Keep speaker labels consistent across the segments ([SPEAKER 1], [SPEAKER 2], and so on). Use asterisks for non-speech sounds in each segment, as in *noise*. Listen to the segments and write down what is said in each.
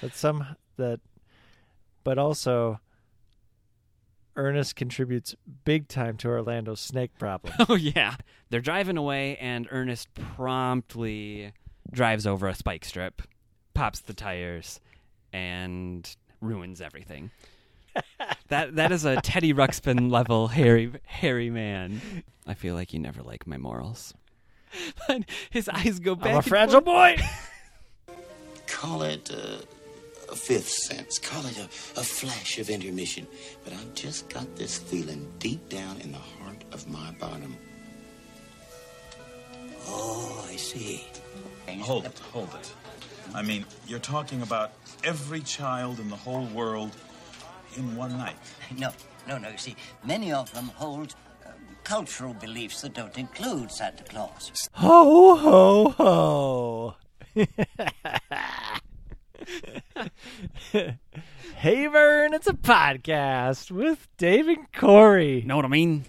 [SPEAKER 1] that some that, but also, Ernest contributes big time to Orlando's snake
[SPEAKER 2] *laughs*
[SPEAKER 1] problem.
[SPEAKER 2] Oh yeah, they're driving away, and Ernest promptly drives over a spike strip, pops the tires, and ruins *laughs* everything. that that is a Teddy Ruxpin level hairy hairy man. I feel like you never like my morals. But his eyes go back.
[SPEAKER 1] I'm a
[SPEAKER 2] and
[SPEAKER 1] fragile
[SPEAKER 2] forth.
[SPEAKER 1] boy. *laughs*
[SPEAKER 3] Call it uh, a fifth sense. Call it a, a flash of intermission. But I've just got this feeling deep down in the heart of my bottom. Oh, I see.
[SPEAKER 4] Hold it, hold it. I mean, you're talking about every child in the whole world in one night.
[SPEAKER 5] No, no, no. You see, many of them hold um, cultural beliefs that don't include Santa Claus.
[SPEAKER 1] Ho ho ho. *laughs* hey Vern, it's a podcast with Dave and Corey.
[SPEAKER 2] Know what I mean?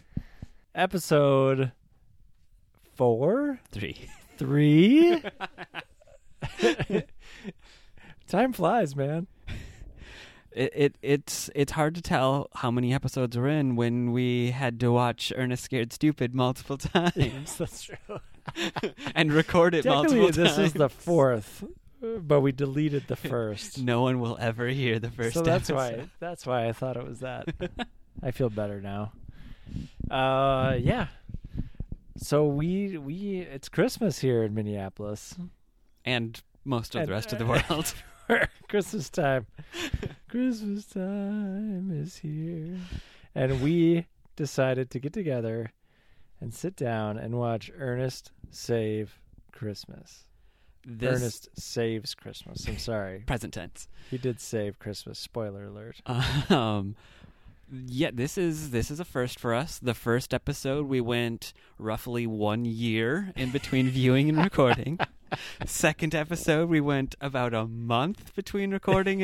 [SPEAKER 1] Episode four?
[SPEAKER 2] Three. *laughs*
[SPEAKER 1] Three? *laughs* Time flies, man.
[SPEAKER 2] It, it it's it's hard to tell how many episodes we're in when we had to watch Ernest Scared Stupid multiple *laughs* times
[SPEAKER 1] Yes, *laughs* that's
[SPEAKER 2] *laughs*
[SPEAKER 1] true.
[SPEAKER 2] and record it multiple
[SPEAKER 1] Technically,
[SPEAKER 2] times.
[SPEAKER 1] this is the
[SPEAKER 2] *laughs*
[SPEAKER 1] fourth, but we deleted the first.
[SPEAKER 2] No one will ever hear the *laughs* first.
[SPEAKER 1] so that's why
[SPEAKER 2] episode.
[SPEAKER 1] that's why I thought it was
[SPEAKER 2] *laughs*
[SPEAKER 1] that. I feel better now. Uh, yeah. So we we it's Christmas here in Minneapolis. *laughs*
[SPEAKER 2] and most of
[SPEAKER 1] And-
[SPEAKER 2] the rest of
[SPEAKER 1] *laughs*
[SPEAKER 2] the world.
[SPEAKER 1] Christmas
[SPEAKER 2] *laughs*
[SPEAKER 1] time. Christmas time is here, and we decided to get together and sit down and watch Ernest Save Christmas.
[SPEAKER 2] this
[SPEAKER 1] Ernest saves Christmas. I'm sorry,
[SPEAKER 2] present tense.
[SPEAKER 1] he did save Christmas. Spoiler alert.
[SPEAKER 2] Um, yeah, this is this is a first for us. The first episode we went roughly one year in between viewing
[SPEAKER 1] *laughs*
[SPEAKER 2] and recording. Second episode we went about a month between recording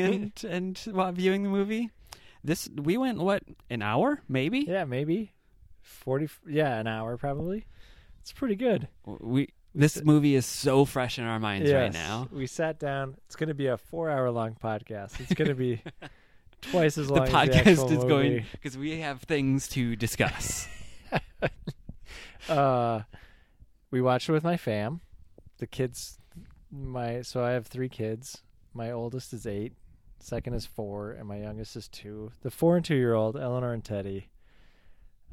[SPEAKER 1] *laughs*
[SPEAKER 2] and and while viewing the movie. This we went what an hour maybe.
[SPEAKER 1] Yeah, maybe 40 yeah, an hour probably. It's pretty good.
[SPEAKER 2] We this movie is so fresh in our minds right
[SPEAKER 1] Yes.
[SPEAKER 2] now.
[SPEAKER 1] We sat down. It's going to be a 4-hour long podcast. It's going to
[SPEAKER 2] *laughs*
[SPEAKER 1] be twice as
[SPEAKER 2] The
[SPEAKER 1] long as
[SPEAKER 2] podcast is
[SPEAKER 1] the actual
[SPEAKER 2] going
[SPEAKER 1] movie.
[SPEAKER 2] because we have things to discuss.
[SPEAKER 1] *laughs* uh we watched it with my fam. The kids my so I have 3 kids. My oldest is 8, second is 4, and my youngest is 2. The 4 and 2-year-old Eleanor and Teddy.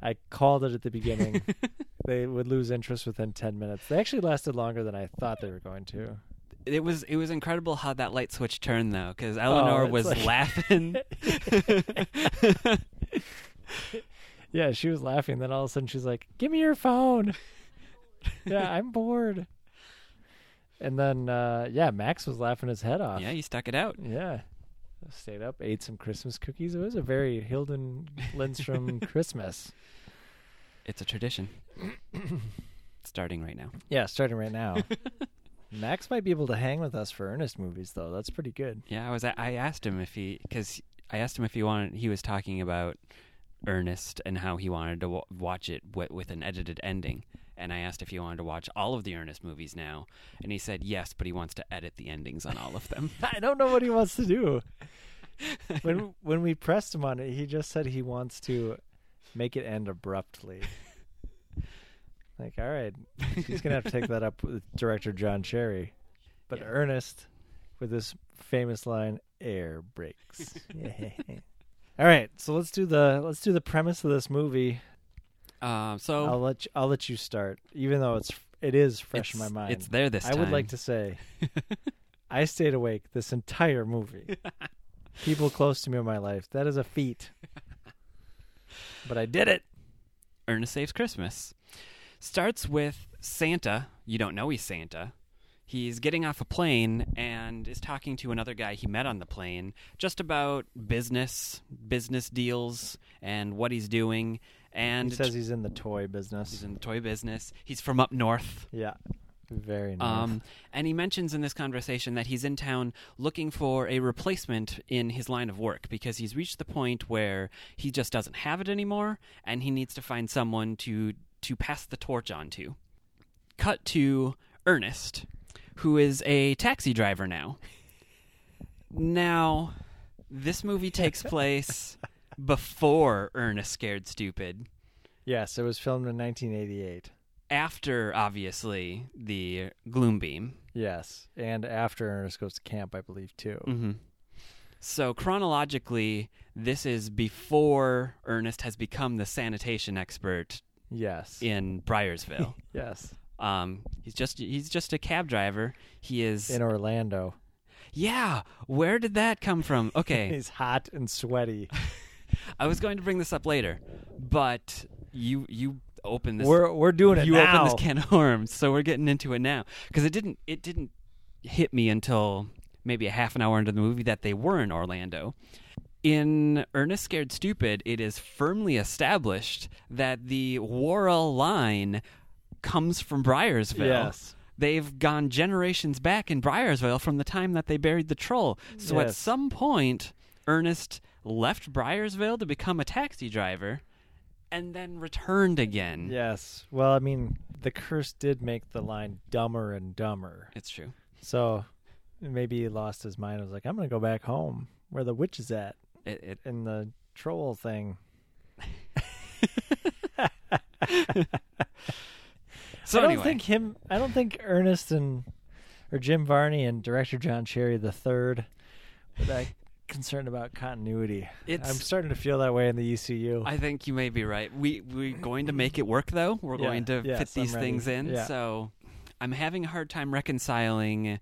[SPEAKER 1] I called it at the beginning. they would lose interest within 10 minutes. They actually lasted longer than I thought they were going to.
[SPEAKER 2] it was it was incredible how that light switch turned though, because Eleanor
[SPEAKER 1] Oh, it's
[SPEAKER 2] was
[SPEAKER 1] like- *laughs*
[SPEAKER 2] laughing.
[SPEAKER 1] Yeah, she was laughing. Then all of a sudden, she's like, "Give me your phone." yeah, I'm bored. And then, uh, yeah, Max was laughing his head off.
[SPEAKER 2] yeah, you stuck it out.
[SPEAKER 1] Yeah. Stayed up, ate some Christmas cookies. It was a very Hilden *laughs* Lindstrom Christmas.
[SPEAKER 2] It's
[SPEAKER 1] *coughs*
[SPEAKER 2] a tradition. Starting right now.
[SPEAKER 1] Yeah, starting right *laughs* now. Max might be able to hang with us for Ernest movies, though. That's pretty good.
[SPEAKER 2] Yeah, I was I asked him if he because I asked him if he wanted. He was talking about Ernest and how he wanted to w- watch it w- with an edited ending. And I asked if he wanted to watch all of the Ernest movies now, and he said yes, but he wants to edit the endings on all
[SPEAKER 1] *laughs*
[SPEAKER 2] of them.
[SPEAKER 1] I don't know what he wants to do. When when we pressed him on it, he just said he wants to make it end abruptly. Like, all right, he's gonna have to take that up with director John Cherry. But Ernest, with this famous line, "Air brakes." *laughs* all right, so let's do the let's do the premise of this movie.
[SPEAKER 2] Um, so
[SPEAKER 1] I'll let you, I'll let you start, even though it's it is fresh in my
[SPEAKER 2] It's-
[SPEAKER 1] mind.
[SPEAKER 2] it's there this
[SPEAKER 1] I would like
[SPEAKER 2] time.
[SPEAKER 1] to
[SPEAKER 2] *laughs*
[SPEAKER 1] say, I stayed awake this entire
[SPEAKER 2] *laughs*
[SPEAKER 1] movie. People close to me in my life, that is a feat. But I did it.
[SPEAKER 2] Ernest Saves Christmas. Starts with Santa. You don't know he's Santa. He's getting off a plane and is talking to another guy he met on the plane just about business, business deals, and what he's doing. And
[SPEAKER 1] He
[SPEAKER 2] it
[SPEAKER 1] says he's in the toy business.
[SPEAKER 2] he's in the toy business. He's from up north.
[SPEAKER 1] yeah, very nice.
[SPEAKER 2] Um, and he mentions in this conversation that he's in town looking for a replacement in his line of work because he's reached the point where he just doesn't have it anymore, and he needs to find someone to to pass the torch on to. Cut to Ernest, who is a taxi driver now. Now, this movie takes place before Ernest Scared Stupid,
[SPEAKER 1] Yes, it was filmed in 1988.
[SPEAKER 2] after, obviously, the Gloombeam.
[SPEAKER 1] Yes, and after Ernest goes to camp, I believe too.
[SPEAKER 2] Mm-hmm. So, chronologically, this is before Ernest has become the sanitation expert
[SPEAKER 1] Yes,
[SPEAKER 2] in Briarsville.
[SPEAKER 1] *laughs* yes,
[SPEAKER 2] um, he's just he's just a cab driver. He is
[SPEAKER 1] in Orlando,
[SPEAKER 2] Yeah, where did that come from?
[SPEAKER 1] *laughs*
[SPEAKER 2] Okay,
[SPEAKER 1] he's hot and sweaty.
[SPEAKER 2] I was going to bring this up later, but you you open this.
[SPEAKER 1] We're we're doing it
[SPEAKER 2] you
[SPEAKER 1] now.
[SPEAKER 2] open this can of worms, so we're getting into it now because it didn't it didn't hit me until maybe a half an hour into the movie that they were in Orlando. In Ernest Scared Stupid, it is firmly established that the Worrell line comes from Briarsville.
[SPEAKER 1] Yes.
[SPEAKER 2] They've gone generations back in Briarsville from the time that they buried the troll. So at
[SPEAKER 1] Yes.
[SPEAKER 2] some point, Ernest left Briarsville to become a taxi driver and then returned again.
[SPEAKER 1] Yes. Well, I mean, the curse did make the line dumber and dumber.
[SPEAKER 2] It's true.
[SPEAKER 1] So maybe he lost his mind. and was like, I'm gonna go back home where the witch is at
[SPEAKER 2] It, it,
[SPEAKER 1] in the troll thing.
[SPEAKER 2] so
[SPEAKER 1] I don't
[SPEAKER 2] anyway,
[SPEAKER 1] think him. I don't think Ernest and or Jim Varney and director John Cherry the third were that *laughs* concerned about continuity.
[SPEAKER 2] It's-
[SPEAKER 1] I'm starting to feel that way in the E ECU.
[SPEAKER 2] I think you may be right. We we're going to make it work though. We're
[SPEAKER 1] Yeah,
[SPEAKER 2] going to
[SPEAKER 1] yes,
[SPEAKER 2] fit these
[SPEAKER 1] I'm ready.
[SPEAKER 2] things in.
[SPEAKER 1] Yeah.
[SPEAKER 2] So I'm having a hard time reconciling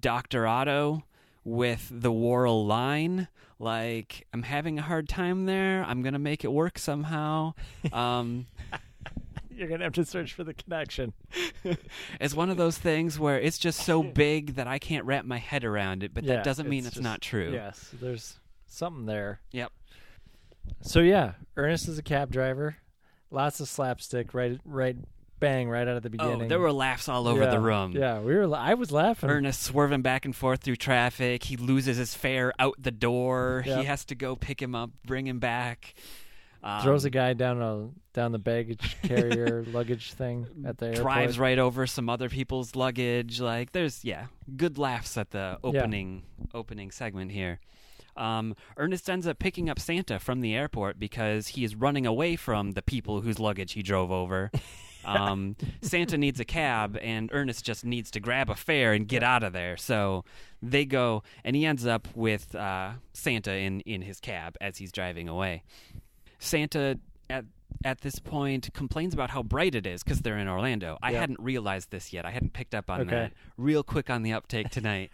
[SPEAKER 2] Doctor Otto with the Worrell line. Like I'm having a hard time there. I'm gonna make it work somehow.
[SPEAKER 1] *laughs*
[SPEAKER 2] Um,
[SPEAKER 1] You're gonna have to search for the connection.
[SPEAKER 2] it's one of those things where it's just so big that I can't wrap my head around it. But
[SPEAKER 1] Yeah,
[SPEAKER 2] that doesn't mean it's
[SPEAKER 1] just-
[SPEAKER 2] not true.
[SPEAKER 1] Yes, there's something there.
[SPEAKER 2] Yep.
[SPEAKER 1] So yeah, Ernest is a cab driver. Lots of slapstick, right, right, bang, right out of the beginning.
[SPEAKER 2] Oh, there were laughs all over
[SPEAKER 1] Yeah,
[SPEAKER 2] the room.
[SPEAKER 1] Yeah, we were. I was laughing.
[SPEAKER 2] Ernest swerving back and forth through traffic. He loses his fare out the door.
[SPEAKER 1] Yeah.
[SPEAKER 2] He has to go pick him up, bring him back. Um,
[SPEAKER 1] Throws a guy down a down the
[SPEAKER 2] *laughs*
[SPEAKER 1] baggage carrier luggage thing at the airport.
[SPEAKER 2] drives right over some other people's luggage. Like there's yeah, good laughs at the opening opening segment here. Um, Ernest ends up picking up Santa from the airport because he is running away from the people whose luggage he drove over. Um, Santa needs a cab, and Ernest just needs to grab a fare and get out of there. So they go, and he ends up with uh, Santa in, in his cab as he's driving away. Santa at at this point complains about how bright it is because they're in Orlando. I hadn't realized this yet. I hadn't picked up on
[SPEAKER 1] Okay.
[SPEAKER 2] that. Real quick on the uptake tonight.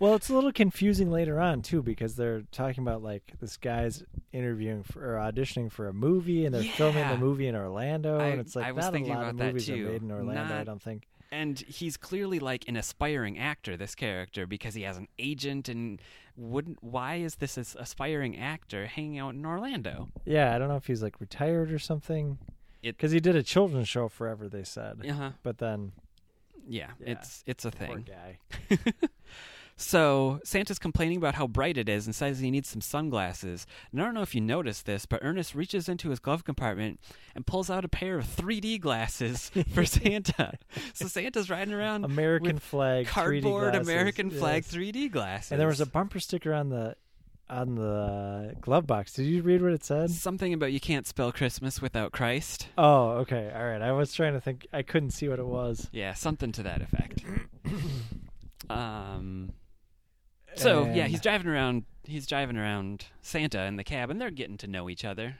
[SPEAKER 1] Well, it's a little confusing later on too because they're talking about like this guy's interviewing for or auditioning for a movie and they're filming the
[SPEAKER 2] Yeah.
[SPEAKER 1] movie in Orlando
[SPEAKER 2] I-
[SPEAKER 1] and it's like
[SPEAKER 2] I was
[SPEAKER 1] not
[SPEAKER 2] thinking
[SPEAKER 1] a lot
[SPEAKER 2] about
[SPEAKER 1] of
[SPEAKER 2] that,
[SPEAKER 1] movies
[SPEAKER 2] too.
[SPEAKER 1] are made in Orlando. I
[SPEAKER 2] Not-
[SPEAKER 1] don't think.
[SPEAKER 2] and he's clearly like an aspiring actor. This character because he has an agent and wouldn't. Why is this as- aspiring actor hanging out in Orlando?
[SPEAKER 1] Yeah, I don't know if he's like retired or something.
[SPEAKER 2] It-
[SPEAKER 1] Because he did a children's show forever, they said.
[SPEAKER 2] Uh-huh.
[SPEAKER 1] But then,
[SPEAKER 2] Yeah, it's it's a
[SPEAKER 1] poor
[SPEAKER 2] thing.
[SPEAKER 1] guy.
[SPEAKER 2] So Santa's complaining about how bright it is and says he needs some sunglasses. And I don't know if you noticed this, but Ernest reaches into his glove compartment and pulls out a pair of 3D glasses
[SPEAKER 1] *laughs*
[SPEAKER 2] for Santa. So Santa's riding around
[SPEAKER 1] American
[SPEAKER 2] with
[SPEAKER 1] flag 3D
[SPEAKER 2] cardboard
[SPEAKER 1] glasses,
[SPEAKER 2] American flag
[SPEAKER 1] yes.
[SPEAKER 2] 3D glasses.
[SPEAKER 1] And there was a bumper sticker on the on the glove box. Did you read what it said?
[SPEAKER 2] something about you can't spell Christmas without Christ.
[SPEAKER 1] Oh, okay. All right. I was trying to think. I couldn't see what it was.
[SPEAKER 2] Yeah, something to that effect. um, so yeah,
[SPEAKER 1] And-
[SPEAKER 2] he's driving around. He's driving around Santa in the cab, and they're getting to know each other.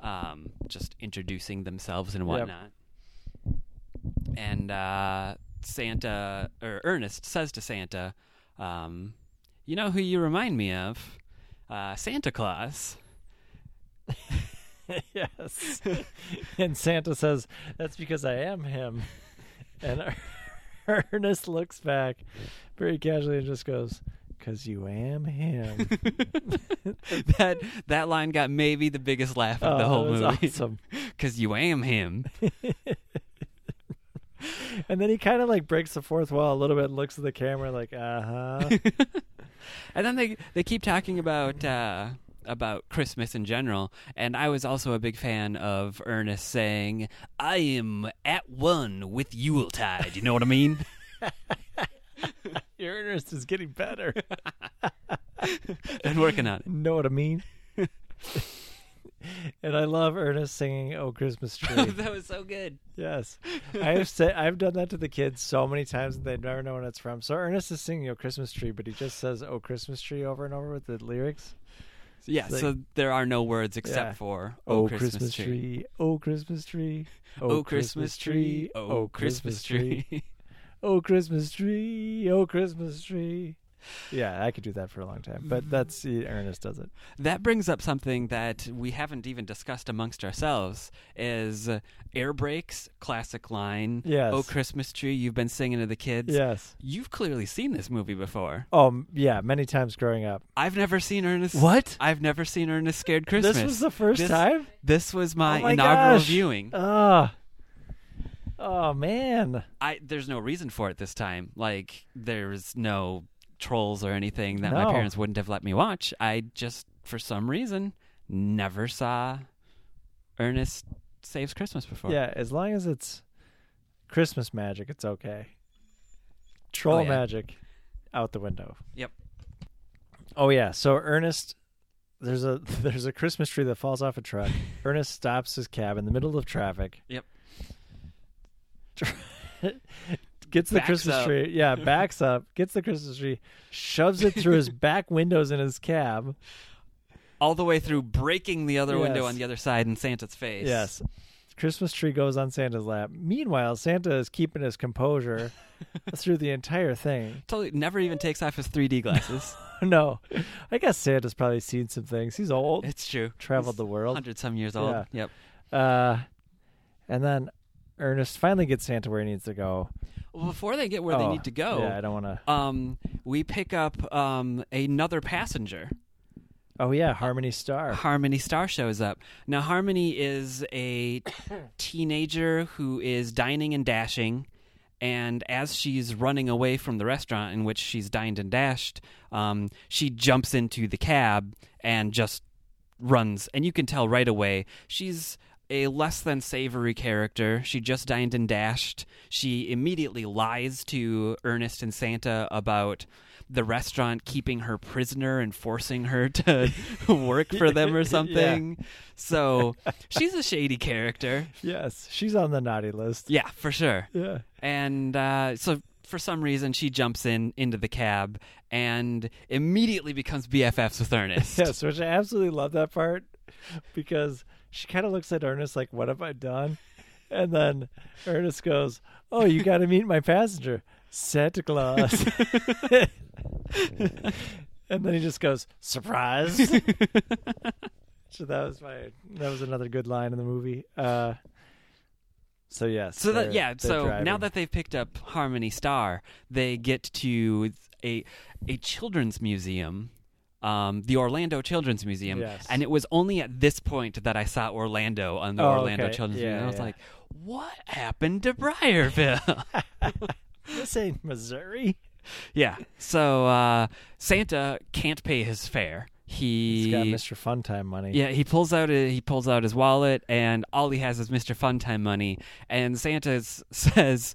[SPEAKER 2] Um, just introducing themselves and whatnot. And uh, Santa or Ernest says to Santa, um, "You know who you remind me of? Uh, Santa Claus."
[SPEAKER 1] *laughs*
[SPEAKER 2] *laughs*
[SPEAKER 1] yes. *laughs* and Santa says, That's because I am *laughs* him. And *laughs* Ernest looks back very casually and just goes, Because you am him.
[SPEAKER 2] that that line got maybe the biggest laugh of
[SPEAKER 1] Oh,
[SPEAKER 2] the whole
[SPEAKER 1] that was
[SPEAKER 2] movie.
[SPEAKER 1] awesome.
[SPEAKER 2] *laughs* Cause you am him.
[SPEAKER 1] And then he kind of like breaks the fourth wall a little bit, looks at the camera like, Uh huh.
[SPEAKER 2] And then they they keep talking about uh, about Christmas in general. And I was also a big fan of Ernest saying, "I *laughs* am at one with Yuletide." You know what I mean?
[SPEAKER 1] Your Ernest is getting better.
[SPEAKER 2] Been working on *laughs*
[SPEAKER 1] *laughs*
[SPEAKER 2] it.
[SPEAKER 1] know what I mean? and I love Ernest singing "Oh Christmas Tree."
[SPEAKER 2] that was so good.
[SPEAKER 1] yes, I have said I've done that to the kids so many times that they never know what it's from. So Ernest is singing "Oh Christmas Tree," but he just says "Oh Christmas Tree" over and over with the lyrics.
[SPEAKER 2] Yeah,
[SPEAKER 1] Like-
[SPEAKER 2] so there are no words except
[SPEAKER 1] Yeah.
[SPEAKER 2] for
[SPEAKER 1] Oh, Christmas, tree. Oh Christmas tree.
[SPEAKER 2] Oh Christmas tree. Oh Christmas tree. *laughs*
[SPEAKER 1] Oh Christmas tree. Oh Christmas tree. Mm. Yeah, I could do that for a long time, but that's yeah, Ernest does it.
[SPEAKER 2] That brings up something that we haven't even discussed amongst ourselves is uh, air breaks, classic line.
[SPEAKER 1] Yes.
[SPEAKER 2] Oh Christmas tree, you've been singing to the kids.
[SPEAKER 1] Yes.
[SPEAKER 2] You've clearly seen this movie before.
[SPEAKER 1] Oh m- yeah, many times growing up.
[SPEAKER 2] I've never seen Ernest.
[SPEAKER 1] What?
[SPEAKER 2] I've never seen Ernest Scared Christmas.
[SPEAKER 1] was the first
[SPEAKER 2] This-
[SPEAKER 1] time?
[SPEAKER 2] This was my,
[SPEAKER 1] oh my
[SPEAKER 2] inaugural
[SPEAKER 1] gosh.
[SPEAKER 2] viewing.
[SPEAKER 1] Ah. oh man.
[SPEAKER 2] I there's no reason for it this time. Like there's no trolls or anything that
[SPEAKER 1] No.
[SPEAKER 2] my parents wouldn't have let me watch. I just for some reason never saw Ernest Saves Christmas before.
[SPEAKER 1] Yeah, as long as it's Christmas magic, it's okay. Troll
[SPEAKER 2] Oh, yeah.
[SPEAKER 1] magic out the window.
[SPEAKER 2] Yep.
[SPEAKER 1] Oh yeah, so Ernest there's a *laughs* there's a Christmas tree that falls off a truck.
[SPEAKER 2] *laughs*
[SPEAKER 1] Ernest stops his cab in the middle of traffic.
[SPEAKER 2] Yep.
[SPEAKER 1] Gets the
[SPEAKER 2] Backs
[SPEAKER 1] Christmas
[SPEAKER 2] up.
[SPEAKER 1] tree.
[SPEAKER 2] *laughs*
[SPEAKER 1] Yeah, backs up, gets the Christmas tree, shoves it through his back windows in his cab.
[SPEAKER 2] All the way through breaking the other window
[SPEAKER 1] Yes.
[SPEAKER 2] on the other side in Santa's face.
[SPEAKER 1] Yes. Christmas tree goes on Santa's lap. Meanwhile, Santa is keeping his composure
[SPEAKER 2] *laughs*
[SPEAKER 1] through the entire thing. *laughs*
[SPEAKER 2] Totally never even takes off his 3D glasses.
[SPEAKER 1] No. I guess Santa's probably seen some things. He's old.
[SPEAKER 2] it's true.
[SPEAKER 1] Traveled the world.
[SPEAKER 2] Hundred some years old.
[SPEAKER 1] Yeah.
[SPEAKER 2] Yep.
[SPEAKER 1] Uh, and then Ernest finally gets Santa where he needs to go.
[SPEAKER 2] Well, before they get where they
[SPEAKER 1] Oh,
[SPEAKER 2] need to go,
[SPEAKER 1] Yeah, I don't want to.
[SPEAKER 2] um, we pick up um another passenger.
[SPEAKER 1] Oh yeah, Harmony
[SPEAKER 2] *laughs*
[SPEAKER 1] Star.
[SPEAKER 2] Harmony Star shows up. Now, Harmony is a teenager who is dining and dashing. And as she's running away from the restaurant in which she's dined and dashed, um, she jumps into the cab and just runs. And you can tell right away she's a less than savory character. She just dined and dashed. She immediately lies to Ernest and Santa about the restaurant keeping her prisoner and forcing her to *laughs* work for them or something. So she's a shady character.
[SPEAKER 1] yes, she's on the naughty list.
[SPEAKER 2] Yeah, for sure.
[SPEAKER 1] Yeah.
[SPEAKER 2] And uh, so for some reason, she jumps in into the cab and immediately becomes BFFs with
[SPEAKER 1] *laughs*
[SPEAKER 2] Ernest.
[SPEAKER 1] Yes, which I absolutely love that part because she kind of looks at Ernest like, "What have I done?" And then Ernest goes, "Oh, you got to meet my passenger, Santa Claus." *laughs* and then he just goes,
[SPEAKER 2] *laughs*
[SPEAKER 1] "Surprise!" so that was my that was another good line in the movie. Uh, so yes,
[SPEAKER 2] So that
[SPEAKER 1] they're-
[SPEAKER 2] yeah,
[SPEAKER 1] they're
[SPEAKER 2] so now
[SPEAKER 1] driving.
[SPEAKER 2] that they've picked up Harmony Star, they get to a a children's museum, um, the Orlando Children's Museum,
[SPEAKER 1] Yes.
[SPEAKER 2] and it was only at this point that I saw Orlando on the
[SPEAKER 1] Oh,
[SPEAKER 2] Orlando
[SPEAKER 1] okay.
[SPEAKER 2] Children's
[SPEAKER 1] Yeah,
[SPEAKER 2] Museum. I was
[SPEAKER 1] yeah.
[SPEAKER 2] like, what happened to Briarville?
[SPEAKER 1] this ain't Missouri.
[SPEAKER 2] yeah. So uh, Santa can't pay his fare. He
[SPEAKER 1] He's got Mr. Fun Time money.
[SPEAKER 2] Yeah, he pulls out a, he pulls out his wallet, and all he has is Mister Funtime money. And Santa s- *laughs* says,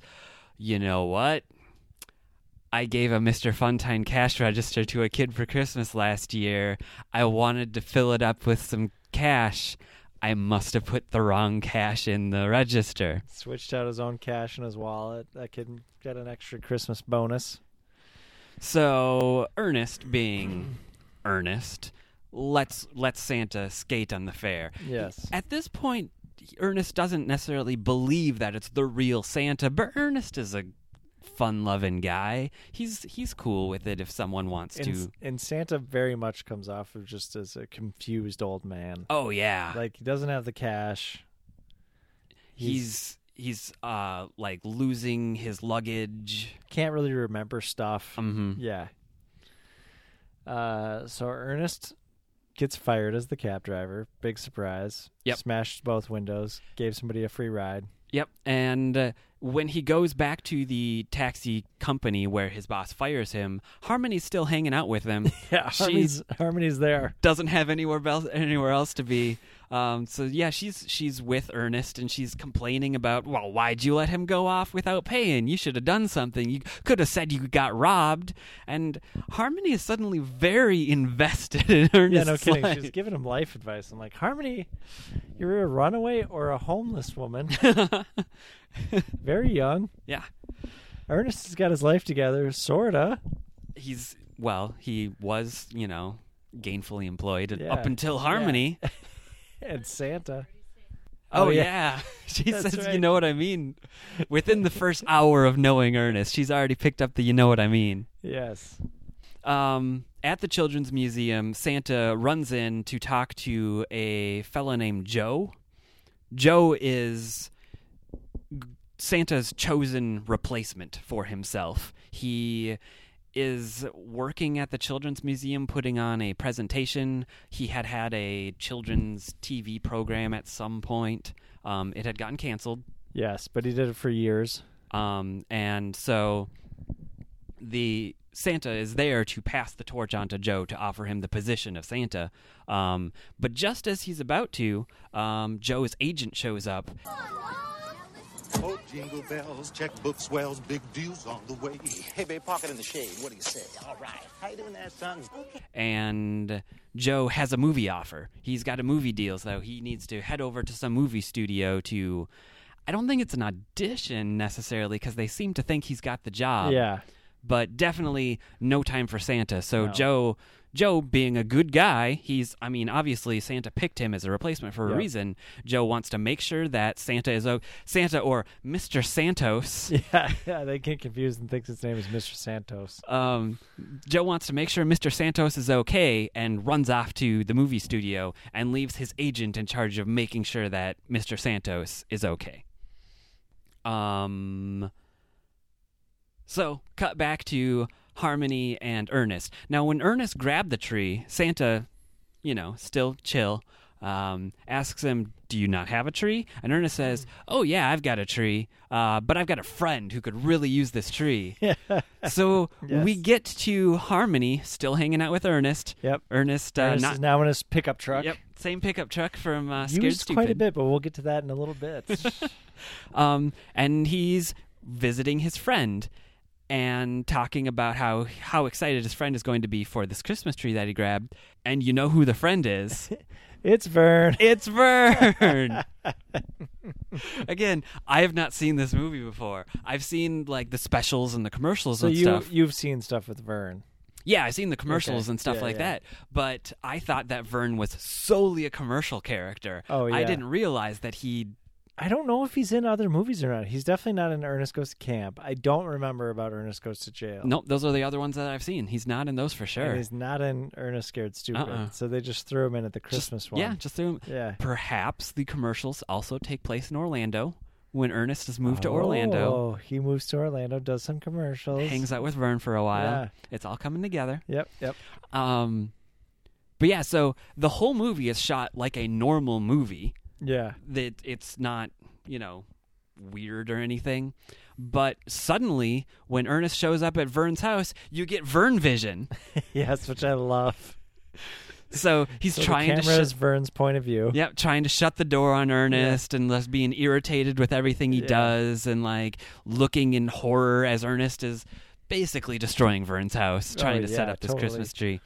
[SPEAKER 2] "You know what? I gave a Mister Funtime cash register to a kid for Christmas last year. I wanted to fill it up with some cash. I must have put the wrong cash in the register."
[SPEAKER 1] switched out his own cash in his wallet. That kid got an extra Christmas bonus.
[SPEAKER 2] So Ernest, being Ernest, lets lets Santa skate on the fair.
[SPEAKER 1] Yes.
[SPEAKER 2] At this point, Ernest doesn't necessarily believe that it's the real Santa, but Ernest is a fun-loving guy. He's he's cool with it if someone wants
[SPEAKER 1] And,
[SPEAKER 2] to.
[SPEAKER 1] and Santa very much comes off of just as a confused old man.
[SPEAKER 2] Oh yeah,
[SPEAKER 1] Like he doesn't have the cash.
[SPEAKER 2] he's he's uh like losing his luggage.
[SPEAKER 1] Can't really remember stuff.
[SPEAKER 2] hmm
[SPEAKER 1] Yeah. Uh, so Ernest gets fired as the cab driver. Big surprise.
[SPEAKER 2] Yep.
[SPEAKER 1] Smashed both windows. Gave somebody a free ride.
[SPEAKER 2] Yep, and uh, when he goes back to the taxi company where his boss fires him, Harmony's still hanging out
[SPEAKER 1] *laughs*
[SPEAKER 2] with him.
[SPEAKER 1] Yeah,
[SPEAKER 2] she
[SPEAKER 1] Harmony's, Harmony's there.
[SPEAKER 2] doesn't have anywhere else anywhere else to be. Um, so yeah, she's she's with Ernest and she's complaining about well, why'd you let him go off without paying? You should have done something. You could have said you got robbed. And Harmony is suddenly very *laughs* invested in
[SPEAKER 1] Yeah,
[SPEAKER 2] Ernest's
[SPEAKER 1] no kidding.
[SPEAKER 2] life.
[SPEAKER 1] She's giving him life advice. I'm like, Harmony, you're a runaway or a homeless
[SPEAKER 2] *laughs*
[SPEAKER 1] woman. Very young.
[SPEAKER 2] yeah,
[SPEAKER 1] Ernest has got his life together, sorta.
[SPEAKER 2] he's well, he was you know gainfully employed
[SPEAKER 1] Yeah.
[SPEAKER 2] up until Harmony.
[SPEAKER 1] And Santa. *laughs*
[SPEAKER 2] Oh,
[SPEAKER 1] Oh, yeah.
[SPEAKER 2] yeah. *laughs* She
[SPEAKER 1] That's
[SPEAKER 2] says,
[SPEAKER 1] right.
[SPEAKER 2] you know what I mean? Within the first hour of knowing Ernest, she's already picked up the you know what I mean.
[SPEAKER 1] Yes.
[SPEAKER 2] Um, at the Children's Museum, Santa runs in to talk to a fella named Joe. Joe is g- Santa's chosen replacement for himself. He is working at the Children's Museum putting on a presentation. He had had a children's TV program at some point. Um, it had gotten canceled
[SPEAKER 1] Yes, but he did it for years.
[SPEAKER 2] um, and so the Santa is there to pass the torch on to Joe to offer him the position of Santa. Um, but just as he's about to, um, Joe's agent shows up.
[SPEAKER 6] Oh, jingle bells, checkbook swells, big deals on the way.
[SPEAKER 3] Hey, babe, pocket in the shade. What do you say?
[SPEAKER 5] All right. How you doing there, son?
[SPEAKER 2] and Joe has a movie offer. He's got a movie deal, so he needs to head over to some movie studio to. I don't think it's an audition necessarily because they seem to think he's got the job.
[SPEAKER 1] Yeah. *laughs*
[SPEAKER 2] But definitely no time for Santa. So Joe, Joe being a good guy, he's. I mean, obviously Santa picked him as a replacement for a
[SPEAKER 1] Yep.
[SPEAKER 2] reason. Joe wants to make sure that Santa is o- Santa or Mister Santos.
[SPEAKER 1] *laughs* Yeah, yeah, they get confused and thinks his name is Mr. Santos.
[SPEAKER 2] um, Joe wants to make sure Mr. Santos is okay and runs off to the movie studio and leaves his agent in charge of making sure that Mr. Santos is okay. Um, so cut back to Harmony and Ernest. Now, when Ernest grabbed the tree, Santa, you know, still chill, um, asks him, "Do you not have a tree?" And Ernest says, "Oh yeah, I've got a tree, uh, but I've got a friend who could really use
[SPEAKER 1] *laughs*
[SPEAKER 2] this tree." so we get to Harmony still hanging out with Ernest.
[SPEAKER 1] Yep.
[SPEAKER 2] Ernest, uh,
[SPEAKER 1] Ernest
[SPEAKER 2] not
[SPEAKER 1] is now in his pickup truck.
[SPEAKER 2] yep, same pickup truck from uh, Scared
[SPEAKER 1] Used
[SPEAKER 2] Stupid.
[SPEAKER 1] quite a bit, but we'll get to that in a little
[SPEAKER 2] *laughs*
[SPEAKER 1] bit.
[SPEAKER 2] um, and he's visiting his friend and talking about how how excited his friend is going to be for this Christmas tree that he grabbed. And you know who the
[SPEAKER 1] *laughs*
[SPEAKER 2] friend is?
[SPEAKER 1] it's Vern. *laughs*
[SPEAKER 2] it's Vern. Again, I have not seen this movie before. I've seen like the specials and the commercials
[SPEAKER 1] So
[SPEAKER 2] and
[SPEAKER 1] you
[SPEAKER 2] stuff.
[SPEAKER 1] you've seen stuff with Vern.
[SPEAKER 2] Yeah, I've seen the commercials
[SPEAKER 1] Okay.
[SPEAKER 2] and stuff
[SPEAKER 1] Yeah,
[SPEAKER 2] like
[SPEAKER 1] yeah.
[SPEAKER 2] that. But I thought that Vern was solely a commercial character.
[SPEAKER 1] Oh,
[SPEAKER 2] I
[SPEAKER 1] yeah.
[SPEAKER 2] didn't realize that he
[SPEAKER 1] I don't know if he's in other movies or not. He's definitely not in Ernest Goes to Camp. I don't remember about Ernest Goes to Jail.
[SPEAKER 2] Nope, those are the other ones that I've seen. He's not in those for sure.
[SPEAKER 1] And he's not in Ernest Scared Stupid.
[SPEAKER 2] Uh-uh.
[SPEAKER 1] So they just threw him in at the
[SPEAKER 2] Just-
[SPEAKER 1] Christmas one.
[SPEAKER 2] Yeah, just threw him.
[SPEAKER 1] Yeah.
[SPEAKER 2] Perhaps the commercials also take place in Orlando when Ernest is moved to Orlando,
[SPEAKER 1] Oh, he moves to Orlando, does some commercials.
[SPEAKER 2] hangs out with Vern for a while.
[SPEAKER 1] Oh. Yeah.
[SPEAKER 2] It's all coming together.
[SPEAKER 1] Yep, yep.
[SPEAKER 2] Um, but yeah, so the whole movie is shot like a normal movie.
[SPEAKER 1] Yeah. *laughs*
[SPEAKER 2] That it's not, you know, weird or anything. But suddenly, when Ernest shows up at Vern's house, you get Vern vision.
[SPEAKER 1] Yes, which I love.
[SPEAKER 2] So he's
[SPEAKER 1] So
[SPEAKER 2] trying
[SPEAKER 1] the
[SPEAKER 2] to
[SPEAKER 1] camera
[SPEAKER 2] shut
[SPEAKER 1] is Vern's point of view.
[SPEAKER 2] Yep, trying to shut the door on Ernest and just being irritated with everything he does and like looking in horror as Ernest is basically destroying Vern's house,
[SPEAKER 1] Oh,
[SPEAKER 2] trying to set
[SPEAKER 1] yeah,
[SPEAKER 2] up this
[SPEAKER 1] totally.
[SPEAKER 2] Christmas tree.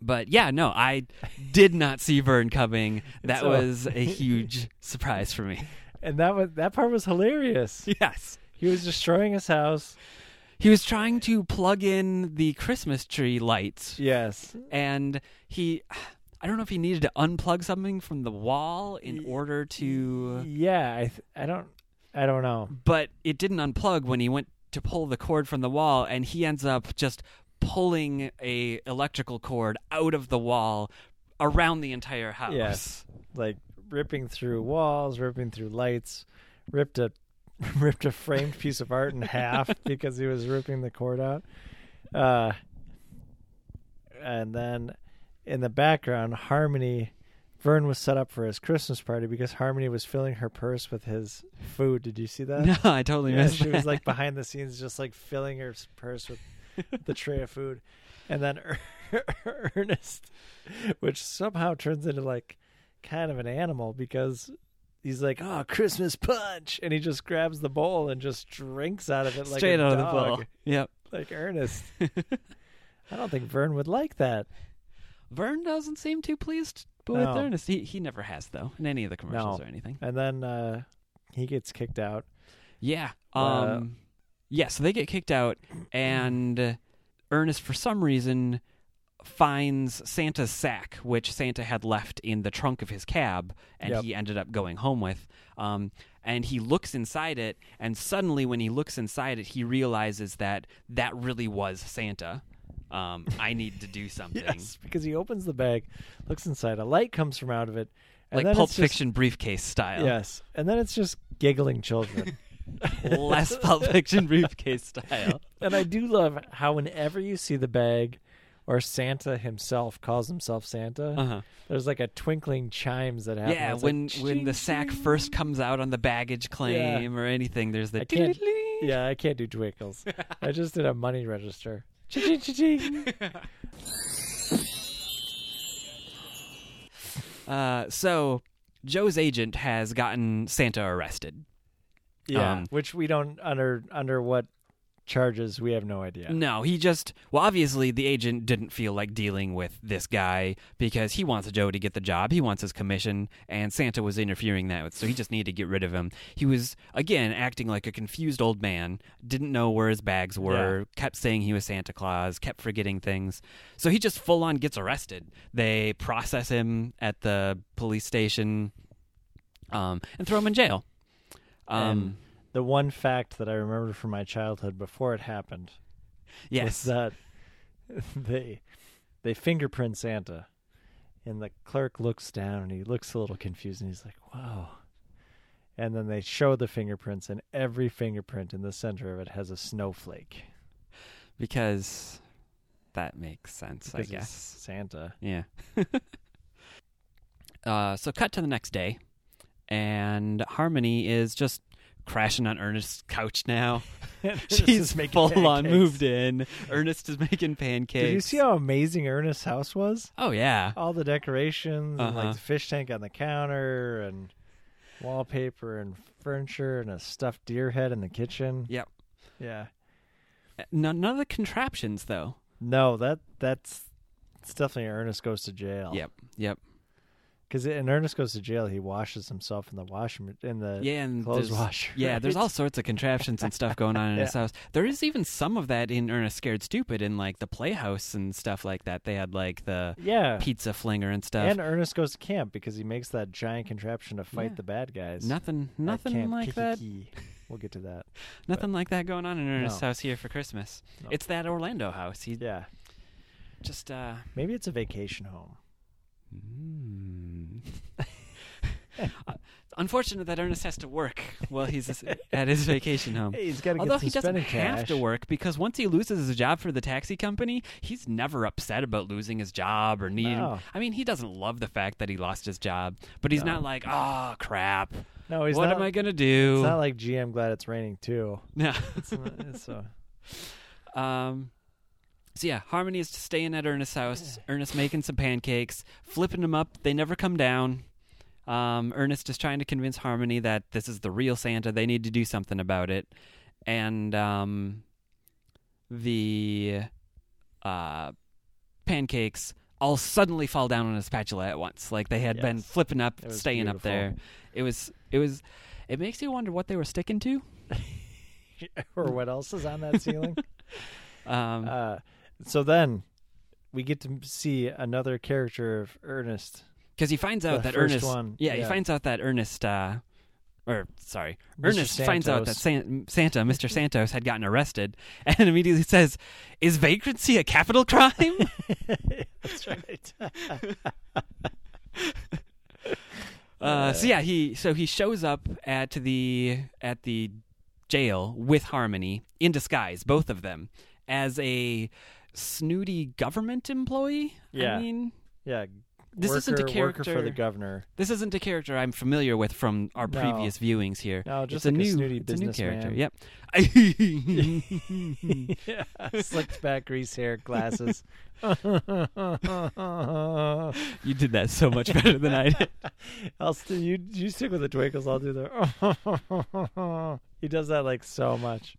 [SPEAKER 2] But yeah, no, I did not see
[SPEAKER 1] *laughs*
[SPEAKER 2] Vern coming. That
[SPEAKER 1] So-
[SPEAKER 2] was a huge surprise for me.
[SPEAKER 1] And that was that part was
[SPEAKER 2] *laughs*
[SPEAKER 1] hilarious.
[SPEAKER 2] Yes.
[SPEAKER 1] he was destroying his house.
[SPEAKER 2] He was trying to plug in the Christmas tree lights
[SPEAKER 1] Yes.
[SPEAKER 2] and he I don't know if he needed to unplug something from the wall in order to
[SPEAKER 1] Yeah, I th- I don't I don't know.
[SPEAKER 2] but it didn't unplug when he went to pull the cord from the wall and he ends up just pulling a electrical cord out of the wall around the entire house.
[SPEAKER 1] Yes. Like ripping through walls, ripping through lights, ripped a *laughs* ripped a framed piece of art in half because he was ripping the cord out. Uh and then in the background, Harmony Vern was set up for his Christmas party because Harmony was filling her purse with his food. Did you see
[SPEAKER 2] *laughs*
[SPEAKER 1] that?
[SPEAKER 2] *laughs* No, I totally
[SPEAKER 1] Yeah,
[SPEAKER 2] missed
[SPEAKER 1] she was
[SPEAKER 2] that. *laughs*
[SPEAKER 1] like behind the scenes, just like filling her s- purse with the tray of food, and then Er-, *laughs* Ernest, which somehow turns into like kind of an animal because he's like, "Oh, Christmas punch," and he just grabs the bowl and just drinks out of it like
[SPEAKER 2] straight
[SPEAKER 1] a
[SPEAKER 2] out
[SPEAKER 1] dog,
[SPEAKER 2] of the bowl. Yep.
[SPEAKER 1] *laughs* like
[SPEAKER 2] *laughs*
[SPEAKER 1] Ernest. I don't think Vern would like that.
[SPEAKER 2] Vern doesn't seem too pleased with
[SPEAKER 1] No.
[SPEAKER 2] Ernest. He he never has though in any of the commercials
[SPEAKER 1] No.
[SPEAKER 2] or anything.
[SPEAKER 1] And then uh, he gets kicked out.
[SPEAKER 2] Yeah. Um.
[SPEAKER 1] Uh,
[SPEAKER 2] yeah. So they get kicked out, and Ernest, for some reason, finds Santa's sack, which Santa had left in the trunk of his cab, and
[SPEAKER 1] Yep.
[SPEAKER 2] he ended up going home with. Um. And he looks inside it, and suddenly, when he looks inside it, he realizes that that really was Santa. Um, I need
[SPEAKER 1] *laughs*
[SPEAKER 2] to do something.
[SPEAKER 1] Yes, because he opens the bag, looks inside. A light comes from out of it, and
[SPEAKER 2] Like
[SPEAKER 1] then
[SPEAKER 2] Pulp
[SPEAKER 1] it's just-
[SPEAKER 2] Fiction briefcase style.
[SPEAKER 1] Yes, and then it's just giggling children.
[SPEAKER 2] *laughs* less Pulp Fiction briefcase style.
[SPEAKER 1] and I do love how whenever you see the bag, or Santa himself calls himself Santa,
[SPEAKER 2] Uh-huh.
[SPEAKER 1] there's like a twinkling chimes that happen.
[SPEAKER 2] Yeah,
[SPEAKER 1] It's like,
[SPEAKER 2] when when the
[SPEAKER 1] "Ching,
[SPEAKER 2] sack
[SPEAKER 1] ching."
[SPEAKER 2] first comes out on the baggage claim or anything, there's the
[SPEAKER 1] I can't.
[SPEAKER 2] ding-a-ling.
[SPEAKER 1] Yeah, I can't do
[SPEAKER 2] *laughs*
[SPEAKER 1] twinkles. I just did a money register. Ching, ching, ching, ching.
[SPEAKER 2] Uh, so Joe's agent has gotten Santa arrested.
[SPEAKER 1] *laughs* Yeah,
[SPEAKER 2] Um,
[SPEAKER 1] which we don't under under what charges we have no idea.
[SPEAKER 2] No, he just well, obviously the agent didn't feel like dealing with this guy because he wants Joe to get the job, he wants his commission, and Santa was interfering that, so he just needed to get rid of him. He was again acting like a confused old man, didn't know where his bags were, kept saying he was Santa Claus, kept forgetting things, so he just full on gets arrested. They process him at the police station, um, and throw him in jail. Um,
[SPEAKER 1] The one fact that I remember from my childhood before it happened
[SPEAKER 2] yes,
[SPEAKER 1] was that *laughs* they they fingerprint Santa, and the clerk looks down and he looks a little confused and he's like, "Whoa!" And then they show the fingerprints, and every fingerprint in the center of it has a snowflake.
[SPEAKER 2] because that makes sense, I
[SPEAKER 1] because he's
[SPEAKER 2] guess. *laughs*
[SPEAKER 1] Santa. *laughs*
[SPEAKER 2] Yeah. uh, so cut to the next day, and Harmony is just crashing on Ernest's couch
[SPEAKER 1] *laughs*
[SPEAKER 2] now. She's
[SPEAKER 1] is making
[SPEAKER 2] full on
[SPEAKER 1] pancakes.
[SPEAKER 2] moved in. Ernest is making pancakes.
[SPEAKER 1] Did you see how amazing Ernest's house was?
[SPEAKER 2] oh yeah.
[SPEAKER 1] All the decorations, and
[SPEAKER 2] Uh-huh.
[SPEAKER 1] like the fish tank on the counter, and wallpaper and furniture, and a stuffed deer head in the kitchen.
[SPEAKER 2] Yep.
[SPEAKER 1] Yeah.
[SPEAKER 2] No, none of the contraptions though.
[SPEAKER 1] No, that that's it's definitely Ernest goes to jail.
[SPEAKER 2] Yep. Yep.
[SPEAKER 1] Because in Ernest goes to jail, he washes himself in the washroom in the
[SPEAKER 2] Yeah, and
[SPEAKER 1] Uh, clothes
[SPEAKER 2] there's,
[SPEAKER 1] washer.
[SPEAKER 2] *laughs*
[SPEAKER 1] *laughs*
[SPEAKER 2] Yeah, there's
[SPEAKER 1] right?
[SPEAKER 2] all sorts of contraptions and stuff going on in
[SPEAKER 1] *laughs*
[SPEAKER 2] his
[SPEAKER 1] Yeah.
[SPEAKER 2] house. There is even some of that in Ernest Scared Stupid in like the playhouse and stuff like that. They had like the
[SPEAKER 1] yeah.
[SPEAKER 2] pizza flinger and stuff.
[SPEAKER 1] And Ernest goes to camp because he makes that giant contraption to fight
[SPEAKER 2] Yeah.
[SPEAKER 1] the bad guys.
[SPEAKER 2] nothing,
[SPEAKER 1] at
[SPEAKER 2] nothing
[SPEAKER 1] Camp
[SPEAKER 2] like that.
[SPEAKER 1] Kikiki. We'll get to that.
[SPEAKER 2] Nothing like that going on in Ernest's
[SPEAKER 1] No.
[SPEAKER 2] house here for Christmas.
[SPEAKER 1] No.
[SPEAKER 2] It's that Orlando house. He
[SPEAKER 1] Yeah,
[SPEAKER 2] just uh
[SPEAKER 1] maybe it's a vacation home. Hmm.
[SPEAKER 2] *laughs* Uh, unfortunate that Ernest has to work
[SPEAKER 1] *laughs*
[SPEAKER 2] while he's at his vacation home.
[SPEAKER 1] Hey, he's got to get
[SPEAKER 2] Although
[SPEAKER 1] some
[SPEAKER 2] he doesn't
[SPEAKER 1] spending
[SPEAKER 2] have to
[SPEAKER 1] cash.
[SPEAKER 2] work because once he loses his job for the taxi company, he's never upset about losing his job or needing.
[SPEAKER 1] No.
[SPEAKER 2] I mean, he doesn't love the fact that he lost his job, but he's not like, oh crap.
[SPEAKER 1] No, he's
[SPEAKER 2] what
[SPEAKER 1] not-
[SPEAKER 2] am I gonna do?
[SPEAKER 1] It's not like GM. Glad it's raining too.
[SPEAKER 2] *laughs*
[SPEAKER 1] Uh,
[SPEAKER 2] no. *laughs*
[SPEAKER 1] so
[SPEAKER 2] Um, so yeah, Harmony is staying at Ernest's house. Ernest making some pancakes, flipping them up. They never come down. Um, Ernest is trying to convince Harmony that this is the real Santa. They need to do something about it. And um, the uh, pancakes all suddenly fall down on a spatula at once. Like they had been
[SPEAKER 1] Yes.
[SPEAKER 2] flipping up,
[SPEAKER 1] It was
[SPEAKER 2] staying up
[SPEAKER 1] beautiful.
[SPEAKER 2] there. It was. It was. It makes you wonder what they were sticking to.
[SPEAKER 1] or what else is on that ceiling?
[SPEAKER 2] *laughs* Um,
[SPEAKER 1] Uh, so then we get to see another character of Ernest.
[SPEAKER 2] because he finds out
[SPEAKER 1] The
[SPEAKER 2] that
[SPEAKER 1] first
[SPEAKER 2] Ernest.
[SPEAKER 1] one,
[SPEAKER 2] Yeah, he
[SPEAKER 1] yeah.
[SPEAKER 2] finds out that Ernest. Uh, or sorry,
[SPEAKER 1] Mr.
[SPEAKER 2] Ernest finds out that
[SPEAKER 1] Santos.
[SPEAKER 2] San- Santa, Mr. Santos, had gotten arrested, *laughs* and immediately says, "Is vagrancy a capital crime?"
[SPEAKER 1] *laughs* That's
[SPEAKER 2] *laughs*
[SPEAKER 1] right.
[SPEAKER 2] uh, so yeah, he so he shows up at the at the jail with Harmony in disguise, both of them, as a snooty government employee. I
[SPEAKER 1] Yeah.
[SPEAKER 2] mean,
[SPEAKER 1] yeah,
[SPEAKER 2] This isn't a
[SPEAKER 1] worker- worker for the
[SPEAKER 2] character- *laughs*
[SPEAKER 1] governor.
[SPEAKER 2] This isn't a character I'm familiar with from our
[SPEAKER 1] No.
[SPEAKER 2] previous viewings here.
[SPEAKER 1] No, just
[SPEAKER 2] it's
[SPEAKER 1] like
[SPEAKER 2] a
[SPEAKER 1] a
[SPEAKER 2] new,
[SPEAKER 1] snooty
[SPEAKER 2] it's a new character.
[SPEAKER 1] businessman.
[SPEAKER 2] Yep.
[SPEAKER 1] yeah, slicked back, greased hair,
[SPEAKER 2] *laughs*
[SPEAKER 1] glasses. *laughs*
[SPEAKER 2] you did that so much better than I did.
[SPEAKER 1] I'll st- you you stick with the twinkles. I'll do the. *laughs* he does that like so much.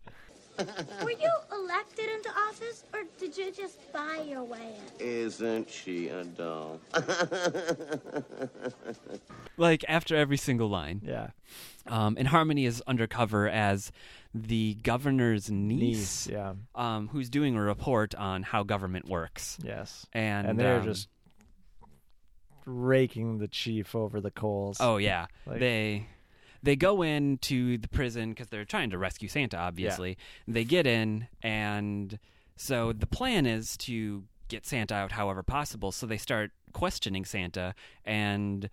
[SPEAKER 7] Were you elected into office, or did you just buy your way in?
[SPEAKER 3] Isn't she a doll?
[SPEAKER 2] Like after every single line.
[SPEAKER 1] Yeah,
[SPEAKER 2] Um, and Harmony is undercover as the governor's
[SPEAKER 1] niece.
[SPEAKER 2] niece,
[SPEAKER 1] Yeah,
[SPEAKER 2] um, who's doing a report on how government works.
[SPEAKER 1] yes.
[SPEAKER 2] And,
[SPEAKER 1] they're
[SPEAKER 2] um,
[SPEAKER 1] just raking the chief over the coals.
[SPEAKER 2] Oh yeah,
[SPEAKER 1] Like-
[SPEAKER 2] they they go in to the prison because they're trying to rescue Santa. Obviously, they get in, and so the plan is to get Santa out however possible. So they start questioning Santa, and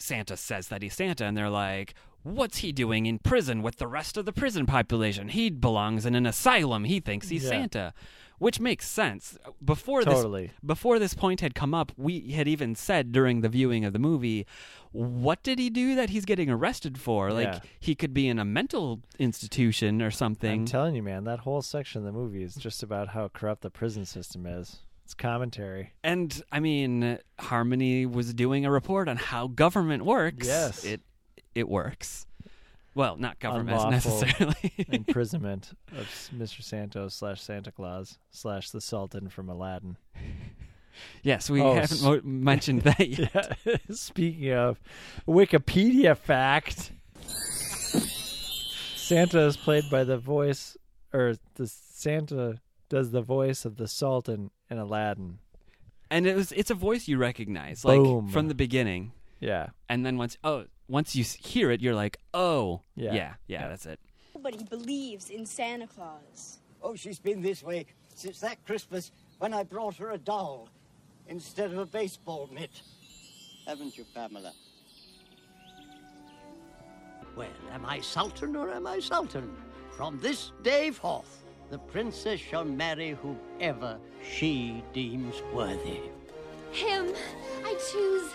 [SPEAKER 2] Santa says that he's Santa, and they're like. What's he doing in prison with the rest of the prison population? He belongs in an asylum. He thinks he's
[SPEAKER 1] Yeah.
[SPEAKER 2] Santa, which makes sense. Before this,
[SPEAKER 1] totally.
[SPEAKER 2] before this point had come up, we had even said during the viewing of the movie, what did he do that he's getting arrested for? Like
[SPEAKER 1] Yeah.
[SPEAKER 2] he could be in a mental institution or
[SPEAKER 1] I'm
[SPEAKER 2] something.
[SPEAKER 1] telling you, man, that whole section of the movie is just about how corrupt the prison system is. It's commentary.
[SPEAKER 2] and I mean, Harmony was doing a report on how government works.
[SPEAKER 1] Yes.
[SPEAKER 2] It it works. Well, not government
[SPEAKER 1] Unlawful.
[SPEAKER 2] necessarily. *laughs*
[SPEAKER 1] imprisonment of s- Mr. Santos slash Santa Claus slash the Sultan from Aladdin. *laughs*
[SPEAKER 2] yes, we
[SPEAKER 1] Oh,
[SPEAKER 2] haven't
[SPEAKER 1] s-
[SPEAKER 2] mo- mentioned that
[SPEAKER 1] *laughs*
[SPEAKER 2] yet.
[SPEAKER 1] Yeah. Speaking of Wikipedia fact, Santa is played by the voice, or the Santa does the voice of the Sultan in Aladdin.
[SPEAKER 2] And it was it's a voice you recognize, like
[SPEAKER 1] Boom.
[SPEAKER 2] from the beginning.
[SPEAKER 1] Yeah,
[SPEAKER 2] and then once oh once you s- hear it you're like oh yeah
[SPEAKER 1] Yeah.
[SPEAKER 2] yeah, that's it
[SPEAKER 8] Nobody believes in Santa Claus.
[SPEAKER 5] Oh, she's been this way since that Christmas when I brought her a doll instead of a baseball mitt. Haven't you, Pamela? Well, am I Sultan or am I Sultan? From this day forth, the princess shall marry whomever she deems worthy.
[SPEAKER 7] Him. I choose.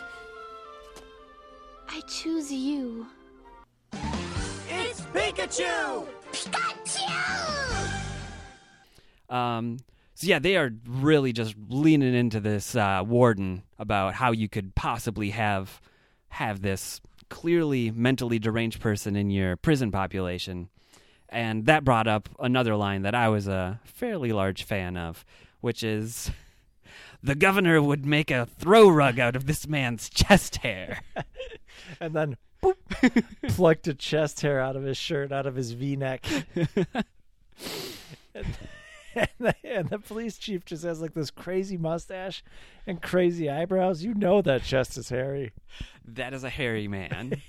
[SPEAKER 7] I choose you.
[SPEAKER 5] It's Pikachu!
[SPEAKER 7] Pikachu!
[SPEAKER 2] um so yeah they are really just leaning into this uh, warden about how you could possibly have have this clearly mentally deranged person in your prison population and that brought up another line that i was a fairly large fan of which is *laughs* the governor would make a throw rug out of this man's chest hair *laughs*
[SPEAKER 1] and then boop, *laughs* plucked a chest hair out of his shirt, out of his V-neck. And- And the, and the police chief just has like this crazy mustache and crazy eyebrows. You know that chest is hairy.
[SPEAKER 2] That is a hairy man.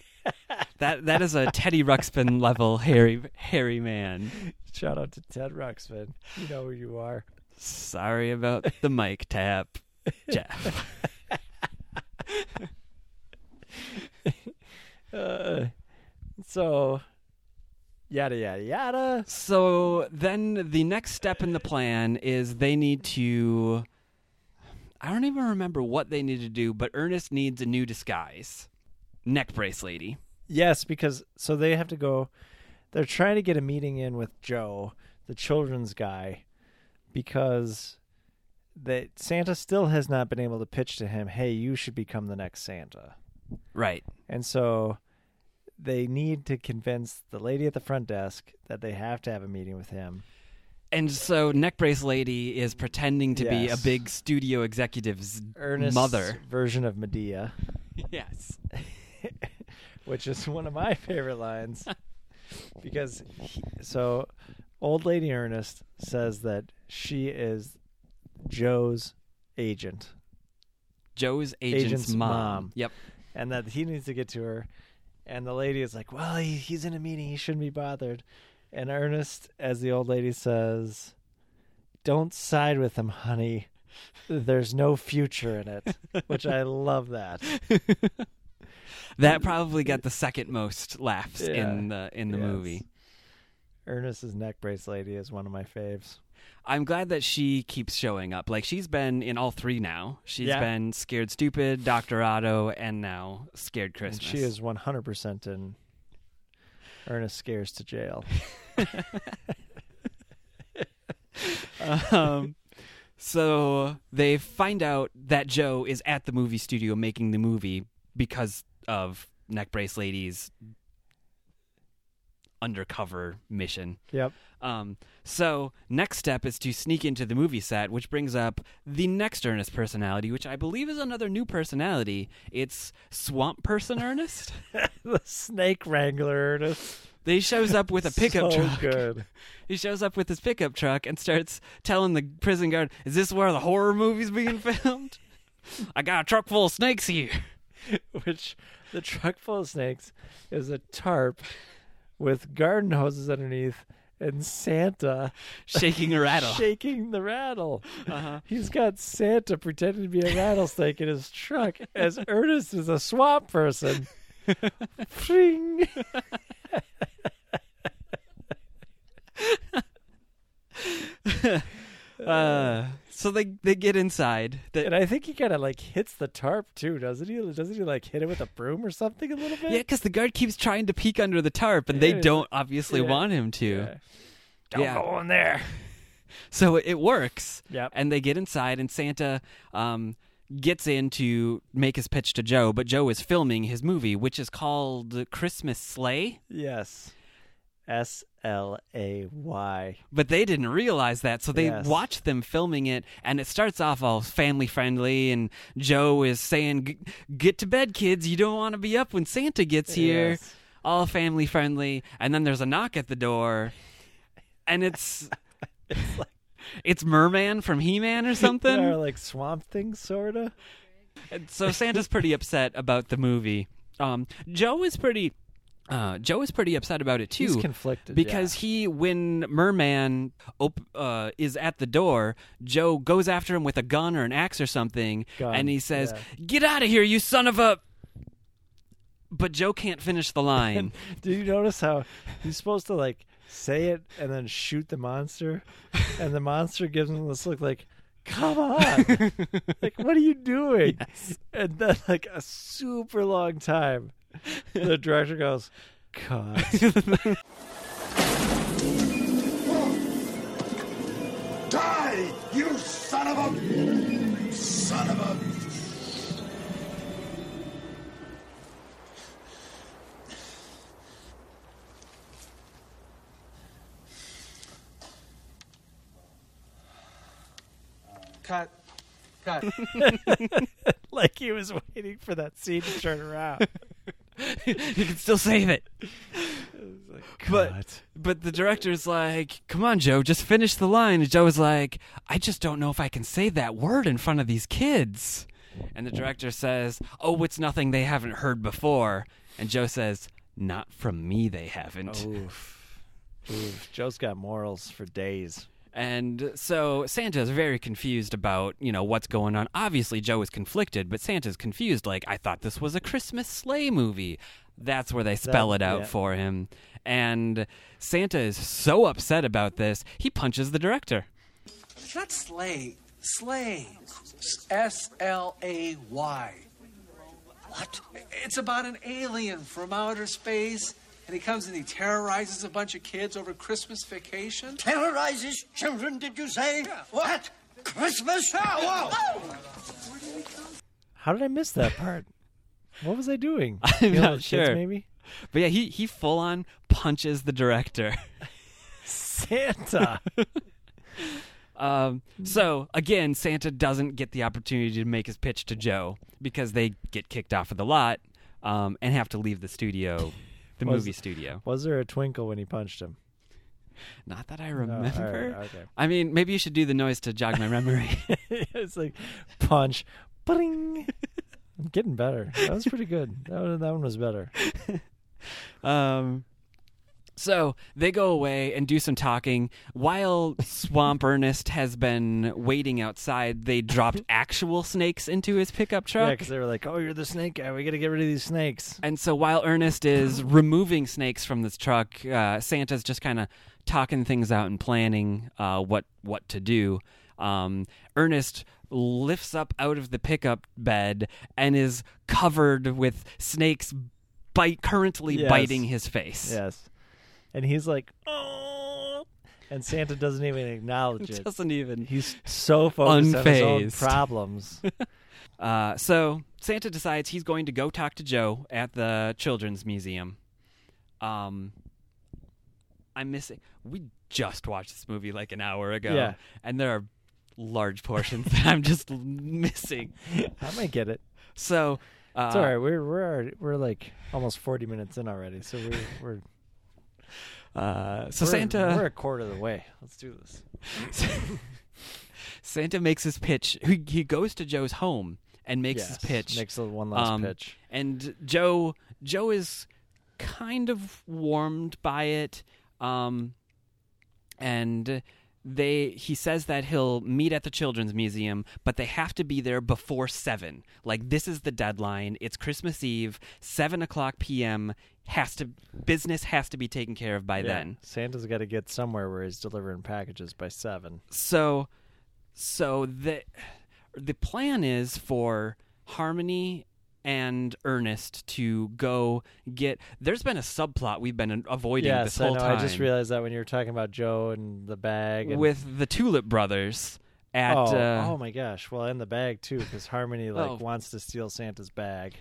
[SPEAKER 2] that that is a Teddy Ruxpin level hairy hairy man.
[SPEAKER 1] Shout out to Ted Ruxpin. You know who you are.
[SPEAKER 2] Sorry about the mic tap, Jeff.
[SPEAKER 1] Uh, so, yada yada yada.
[SPEAKER 2] So then the next step in the plan is they need to. I don't even remember what they need to do, but Ernest needs a new disguise. Neck brace lady.
[SPEAKER 1] Yes, because so they have to go. They're trying to get a meeting in with Joe, the children's guy, because that Santa still has not been able to pitch to him. Hey, you should become the next Santa.
[SPEAKER 2] Right.
[SPEAKER 1] And so they need to convince the lady at the front desk that they have to have a meeting with him.
[SPEAKER 2] And so neck brace lady is pretending to be a
[SPEAKER 1] Yes.
[SPEAKER 2] big studio executive's
[SPEAKER 1] Ernest's
[SPEAKER 2] mother.
[SPEAKER 1] version of Medea.
[SPEAKER 2] Yes.
[SPEAKER 1] which is one of my *laughs* favorite lines because he, so old lady ernest says that she is joe's agent
[SPEAKER 2] Joe's agent's,
[SPEAKER 1] Agent's
[SPEAKER 2] mom.
[SPEAKER 1] mom.
[SPEAKER 2] Yep.
[SPEAKER 1] and that he needs to get to her and the lady is like well he, he's in a meeting he shouldn't be bothered and ernest as the old lady says don't side with him honey there's no future in it which i love that
[SPEAKER 2] That probably got the second most laughs
[SPEAKER 1] Yeah.
[SPEAKER 2] in the in the
[SPEAKER 1] Yes.
[SPEAKER 2] movie.
[SPEAKER 1] ernest's neck brace lady is one of my faves
[SPEAKER 2] I'm glad that she keeps showing up. Like she's been in all three now. She's
[SPEAKER 1] Yeah.
[SPEAKER 2] been scared stupid, Doctor Otto, and now scared
[SPEAKER 1] And
[SPEAKER 2] Christmas.
[SPEAKER 1] she is 100% in Ernest Scares to
[SPEAKER 2] *laughs*
[SPEAKER 1] Jail.
[SPEAKER 2] um, so they find out that Joe is at the movie studio making the movie because of Neck Brace Lady's undercover mission.
[SPEAKER 1] Yep.
[SPEAKER 2] Um, so next step is to sneak into the movie set, which brings up the next Ernest personality, which I believe is another new personality. It's Swamp Person Ernest.
[SPEAKER 1] the snake wrangler Ernest.
[SPEAKER 2] They shows
[SPEAKER 1] *laughs*
[SPEAKER 2] up with a pickup
[SPEAKER 1] so
[SPEAKER 2] truck.
[SPEAKER 1] good. *laughs*
[SPEAKER 2] He shows up with his pickup truck and starts telling the prison guard, "Is this where the horror movies being filmed? I got a truck full of snakes here."
[SPEAKER 1] Which the truck full of snakes is a tarp with garden hoses underneath and
[SPEAKER 2] *laughs*
[SPEAKER 1] Santa
[SPEAKER 2] Shaking a rattle.
[SPEAKER 1] shaking the rattle.
[SPEAKER 2] Uh-huh.
[SPEAKER 1] He's got Santa pretending to be a rattlesnake in his truck as Ernest is a swamp
[SPEAKER 2] *laughs*
[SPEAKER 1] person. Pring.
[SPEAKER 2] Uh, so they they get inside. The-
[SPEAKER 1] And I think he kind of like hits the tarp too, doesn't he? Doesn't he like hit it with a broom or something a little bit?
[SPEAKER 2] yeah, because the guard keeps trying to peek under the tarp, and they
[SPEAKER 1] Yeah.
[SPEAKER 2] don't obviously
[SPEAKER 1] Yeah.
[SPEAKER 2] want him to.
[SPEAKER 1] Yeah. Don't
[SPEAKER 2] Yeah.
[SPEAKER 1] go in there.
[SPEAKER 2] So it works.
[SPEAKER 1] Yep.
[SPEAKER 2] And they get inside, and Santa um, gets in to make his pitch to Joe, but Joe is filming his movie, which is called Christmas Sleigh.
[SPEAKER 1] Yes. S L A Y.
[SPEAKER 2] But they didn't realize that, so they
[SPEAKER 1] Yes.
[SPEAKER 2] watched them filming it, and it starts off all family friendly, and Joe is saying, "G- "Get to bed, kids. You don't want to be up when Santa gets here."
[SPEAKER 1] Yes.
[SPEAKER 2] All family friendly, and then there's a knock at the door,
[SPEAKER 1] *laughs*
[SPEAKER 2] and it's. It's Merman from He-Man
[SPEAKER 1] *laughs*
[SPEAKER 2] or something.
[SPEAKER 1] Or like Swamp Thing, sorta.
[SPEAKER 2] so Santa's pretty upset about the movie. Um, Joe is pretty. Uh, Joe is pretty upset about it too.
[SPEAKER 1] He's conflicted,
[SPEAKER 2] because he, when Merman op- uh, is at the door, Joe goes after him with a gun or an axe or something,
[SPEAKER 1] Gun,
[SPEAKER 2] and he says,
[SPEAKER 1] yeah.
[SPEAKER 2] "Get out of here, you son of a!" But Joe can't finish
[SPEAKER 1] *laughs*
[SPEAKER 2] the line.
[SPEAKER 1] Do you notice how he's supposed to like say it and then shoot the monster, and the monster gives him this look like, "Come
[SPEAKER 2] *laughs*
[SPEAKER 1] on, like what are you doing?" And then like a super long time, the director goes, "Cut."
[SPEAKER 6] Die, you son of a. Son of a.
[SPEAKER 9] Cut. Cut.
[SPEAKER 1] *laughs* like he was waiting for that scene to turn *laughs* around.
[SPEAKER 2] *laughs* you can still save it.
[SPEAKER 1] Cut.
[SPEAKER 2] But but the director's like, "Come on, Joe, just finish the line." And Joe's like, "I just don't know if I can say that word in front of these kids." And the director says, "Oh, it's nothing they haven't heard before." And Joe says, "Not from me, they
[SPEAKER 1] Oh,
[SPEAKER 2] haven't."
[SPEAKER 1] Oof. *laughs* Oof. Joe's got morals for days.
[SPEAKER 2] And so Santa's very confused about, you know, what's going on. Obviously, Joe is conflicted, but Santa's confused. Like, I thought this was a Christmas sleigh movie. That's where they spell
[SPEAKER 1] That-
[SPEAKER 2] it out
[SPEAKER 1] yeah.
[SPEAKER 2] for him. And Santa is so upset about this, he punches the director.
[SPEAKER 9] It's not slay. Slay. S L A Y. What? It's about an alien from outer space, and he comes and he terrorizes a bunch of kids over Christmas vacation.
[SPEAKER 5] Terrorizes children, did you say?
[SPEAKER 9] What?
[SPEAKER 5] Christmas?
[SPEAKER 1] How did I miss that part? What was I doing? *laughs*
[SPEAKER 2] I'm
[SPEAKER 1] Yelling
[SPEAKER 2] not
[SPEAKER 1] at kids,
[SPEAKER 2] sure.
[SPEAKER 1] maybe
[SPEAKER 2] But yeah, he, he full on punches the director. *laughs*
[SPEAKER 1] Santa.
[SPEAKER 2] Um, so again, Santa doesn't get the opportunity to make his pitch to Joe because they get kicked off of the lot um, and have to leave the studio,
[SPEAKER 1] *laughs*
[SPEAKER 2] the
[SPEAKER 1] Was-
[SPEAKER 2] movie studio.
[SPEAKER 1] was there a twinkle when he punched *laughs* him?
[SPEAKER 2] Not that I remember.
[SPEAKER 1] alright, okay.
[SPEAKER 2] I mean, maybe you should do the noise to jog my memory.
[SPEAKER 1] *laughs* it's like punch, bling. I'm getting better. That was pretty good. That one, that one was better.
[SPEAKER 2] um, So they go away and do some talking. While
[SPEAKER 1] *laughs*
[SPEAKER 2] Swamp Ernest has been waiting outside, they dropped actual snakes into his pickup
[SPEAKER 1] *laughs* Yeah,
[SPEAKER 2] truck.
[SPEAKER 1] because they were like, "Oh, you're the snake guy. We got to get rid of these snakes."
[SPEAKER 2] And so while Ernest is removing snakes from this truck, uh, Santa's just kind of talking things out and planning uh, what what to do. Um, Ernest lifts up out of the pickup bed and is covered with snakes bite currently
[SPEAKER 1] Yes.
[SPEAKER 2] biting his face. *laughs*
[SPEAKER 1] Yes, and he's like, "Oh," and Santa doesn't even acknowledge it.
[SPEAKER 2] Doesn't even
[SPEAKER 1] He's so focused on his own
[SPEAKER 2] Unfazed. *laughs*
[SPEAKER 1] problems.
[SPEAKER 2] Uh, so Santa decides he's going to go talk to Joe at the Children's Museum. Um, I'm missing. We just watched this movie like an hour ago,
[SPEAKER 1] Yeah.
[SPEAKER 2] and there are large portions *laughs* that I'm just missing.
[SPEAKER 1] I might get it.
[SPEAKER 2] So uh,
[SPEAKER 1] It's all right. We're we're already, we're like almost forty minutes in already, so we're we're
[SPEAKER 2] *laughs* Uh, so
[SPEAKER 1] we're,
[SPEAKER 2] Santa
[SPEAKER 1] We're a quarter of the way. Let's do this.
[SPEAKER 2] Santa makes his pitch. He, he goes to Joe's home and makes his
[SPEAKER 1] Yes,
[SPEAKER 2] pitch.
[SPEAKER 1] Makes the one last
[SPEAKER 2] Um,
[SPEAKER 1] pitch.
[SPEAKER 2] And Joe Joe is kind of warmed by it. Um, and they he says that he'll meet at the children's museum, but they have to be there before seven. Like this is the deadline. It's Christmas Eve, seven o'clock p.m. Has to business has to be taken care of by
[SPEAKER 1] Yeah.
[SPEAKER 2] then.
[SPEAKER 1] Santa's got to get somewhere where he's delivering packages by seven.
[SPEAKER 2] so so the the plan is for harmony and ernest to go get there's been a subplot we've been avoiding this
[SPEAKER 1] yes, I
[SPEAKER 2] whole
[SPEAKER 1] know.
[SPEAKER 2] time
[SPEAKER 1] I just realized that when you were talking about Joe and the bag and
[SPEAKER 2] with the tulip brothers at
[SPEAKER 1] oh,
[SPEAKER 2] uh,
[SPEAKER 1] oh my gosh! Well, and the bag too, because
[SPEAKER 2] *laughs*
[SPEAKER 1] Harmony like
[SPEAKER 2] Oh.
[SPEAKER 1] wants to steal Santa's bag.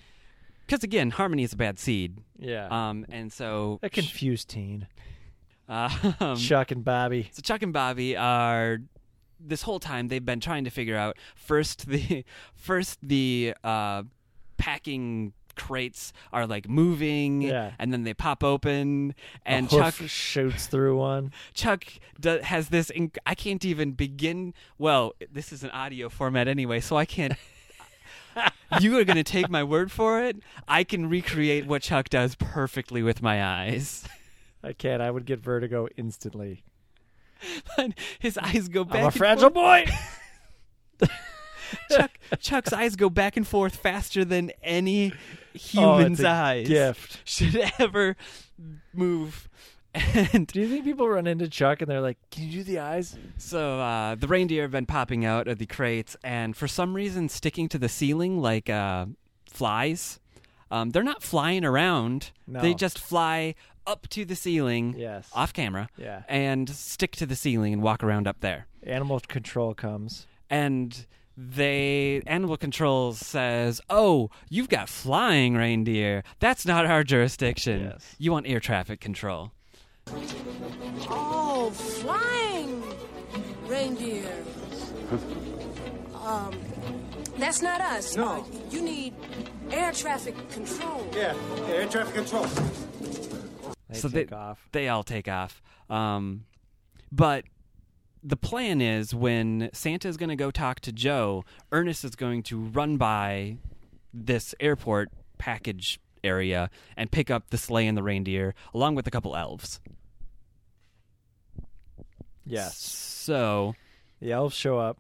[SPEAKER 2] because again harmony is a bad seed
[SPEAKER 1] Yeah,
[SPEAKER 2] um and so
[SPEAKER 1] a confused teen.
[SPEAKER 2] *laughs* um,
[SPEAKER 1] Chuck and Bobby.
[SPEAKER 2] So Chuck and Bobby are this whole time they've been trying to figure out first the *laughs* first the uh, packing crates are like moving
[SPEAKER 1] Yeah. Oh,
[SPEAKER 2] and then they pop open and
[SPEAKER 1] a
[SPEAKER 2] Chuck
[SPEAKER 1] hoof shoots through one.
[SPEAKER 2] Chuck do, has this inc- I can't even begin well this is an audio format anyway so
[SPEAKER 1] *laughs*
[SPEAKER 2] I can't you are going to take my word for it I can recreate what Chuck does perfectly with my eyes *laughs*
[SPEAKER 1] I can't. I would get vertigo instantly.
[SPEAKER 2] And his eyes go back
[SPEAKER 1] I'm a
[SPEAKER 2] and
[SPEAKER 1] fragile
[SPEAKER 2] forth.
[SPEAKER 1] boy.
[SPEAKER 2] *laughs* Chuck, Chuck's eyes go back and forth faster than any human's
[SPEAKER 1] Oh, it's a
[SPEAKER 2] eyes
[SPEAKER 1] gift.
[SPEAKER 2] should ever move. And
[SPEAKER 1] Do you think people run into Chuck and they're like, "Can you do the eyes?"
[SPEAKER 2] so uh, the reindeer have been popping out of the crates, and for some reason sticking to the ceiling like uh, flies. Um, they're not flying around;
[SPEAKER 1] No.
[SPEAKER 2] they just fly up to the ceiling,
[SPEAKER 1] Yes.
[SPEAKER 2] off camera,
[SPEAKER 1] Yeah.
[SPEAKER 2] and stick to the ceiling and walk around up there.
[SPEAKER 1] Animal control comes.
[SPEAKER 2] and they animal control says oh you've got flying reindeer that's not our jurisdiction
[SPEAKER 1] Yes.
[SPEAKER 2] you want air traffic control
[SPEAKER 10] Oh, flying reindeer. um, that's not us.
[SPEAKER 6] No.
[SPEAKER 10] Uh, you need air traffic control.
[SPEAKER 6] Yeah, air traffic control.
[SPEAKER 1] They
[SPEAKER 2] so
[SPEAKER 1] take
[SPEAKER 2] they,
[SPEAKER 1] off.
[SPEAKER 2] they all take off um, but the plan is when santa's going to go talk to joe ernest is going to run by this airport package area and pick up the sleigh and the reindeer along with a couple elves
[SPEAKER 1] Yes.
[SPEAKER 2] so
[SPEAKER 1] The elves show up.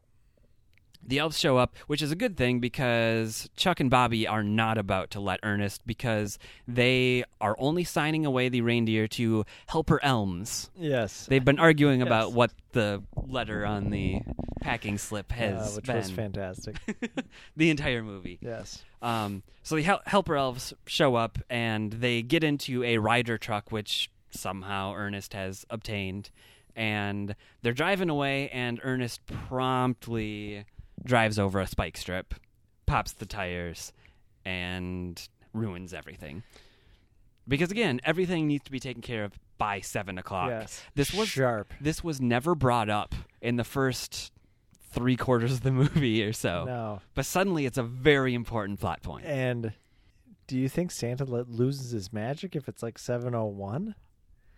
[SPEAKER 2] the elves show up, which is a good thing because Chuck and Bobby are not about to let Ernest because they are only signing away the reindeer to helper elms.
[SPEAKER 1] Yes.
[SPEAKER 2] They've been arguing
[SPEAKER 1] *laughs*
[SPEAKER 2] about
[SPEAKER 1] Yes.
[SPEAKER 2] what the letter on the packing slip has
[SPEAKER 1] uh, which
[SPEAKER 2] been
[SPEAKER 1] was
[SPEAKER 2] *laughs*
[SPEAKER 1] fantastic.
[SPEAKER 2] the entire movie.
[SPEAKER 1] yes.
[SPEAKER 2] Um, so the hel- helper elves show up and they get into a rider truck, which somehow Ernest has obtained, and they're driving away. And Ernest promptly drives over a spike strip, pops the tires, and ruins everything. Because again, everything needs to be taken care of by seven o'clock.
[SPEAKER 1] Yes.
[SPEAKER 2] This was
[SPEAKER 1] sharp.
[SPEAKER 2] this was never brought up in the first three quarters of the *laughs* movie or so
[SPEAKER 1] No.
[SPEAKER 2] but suddenly it's a very important plot point.
[SPEAKER 1] And do you think Santa lo- loses his magic if it's like 701?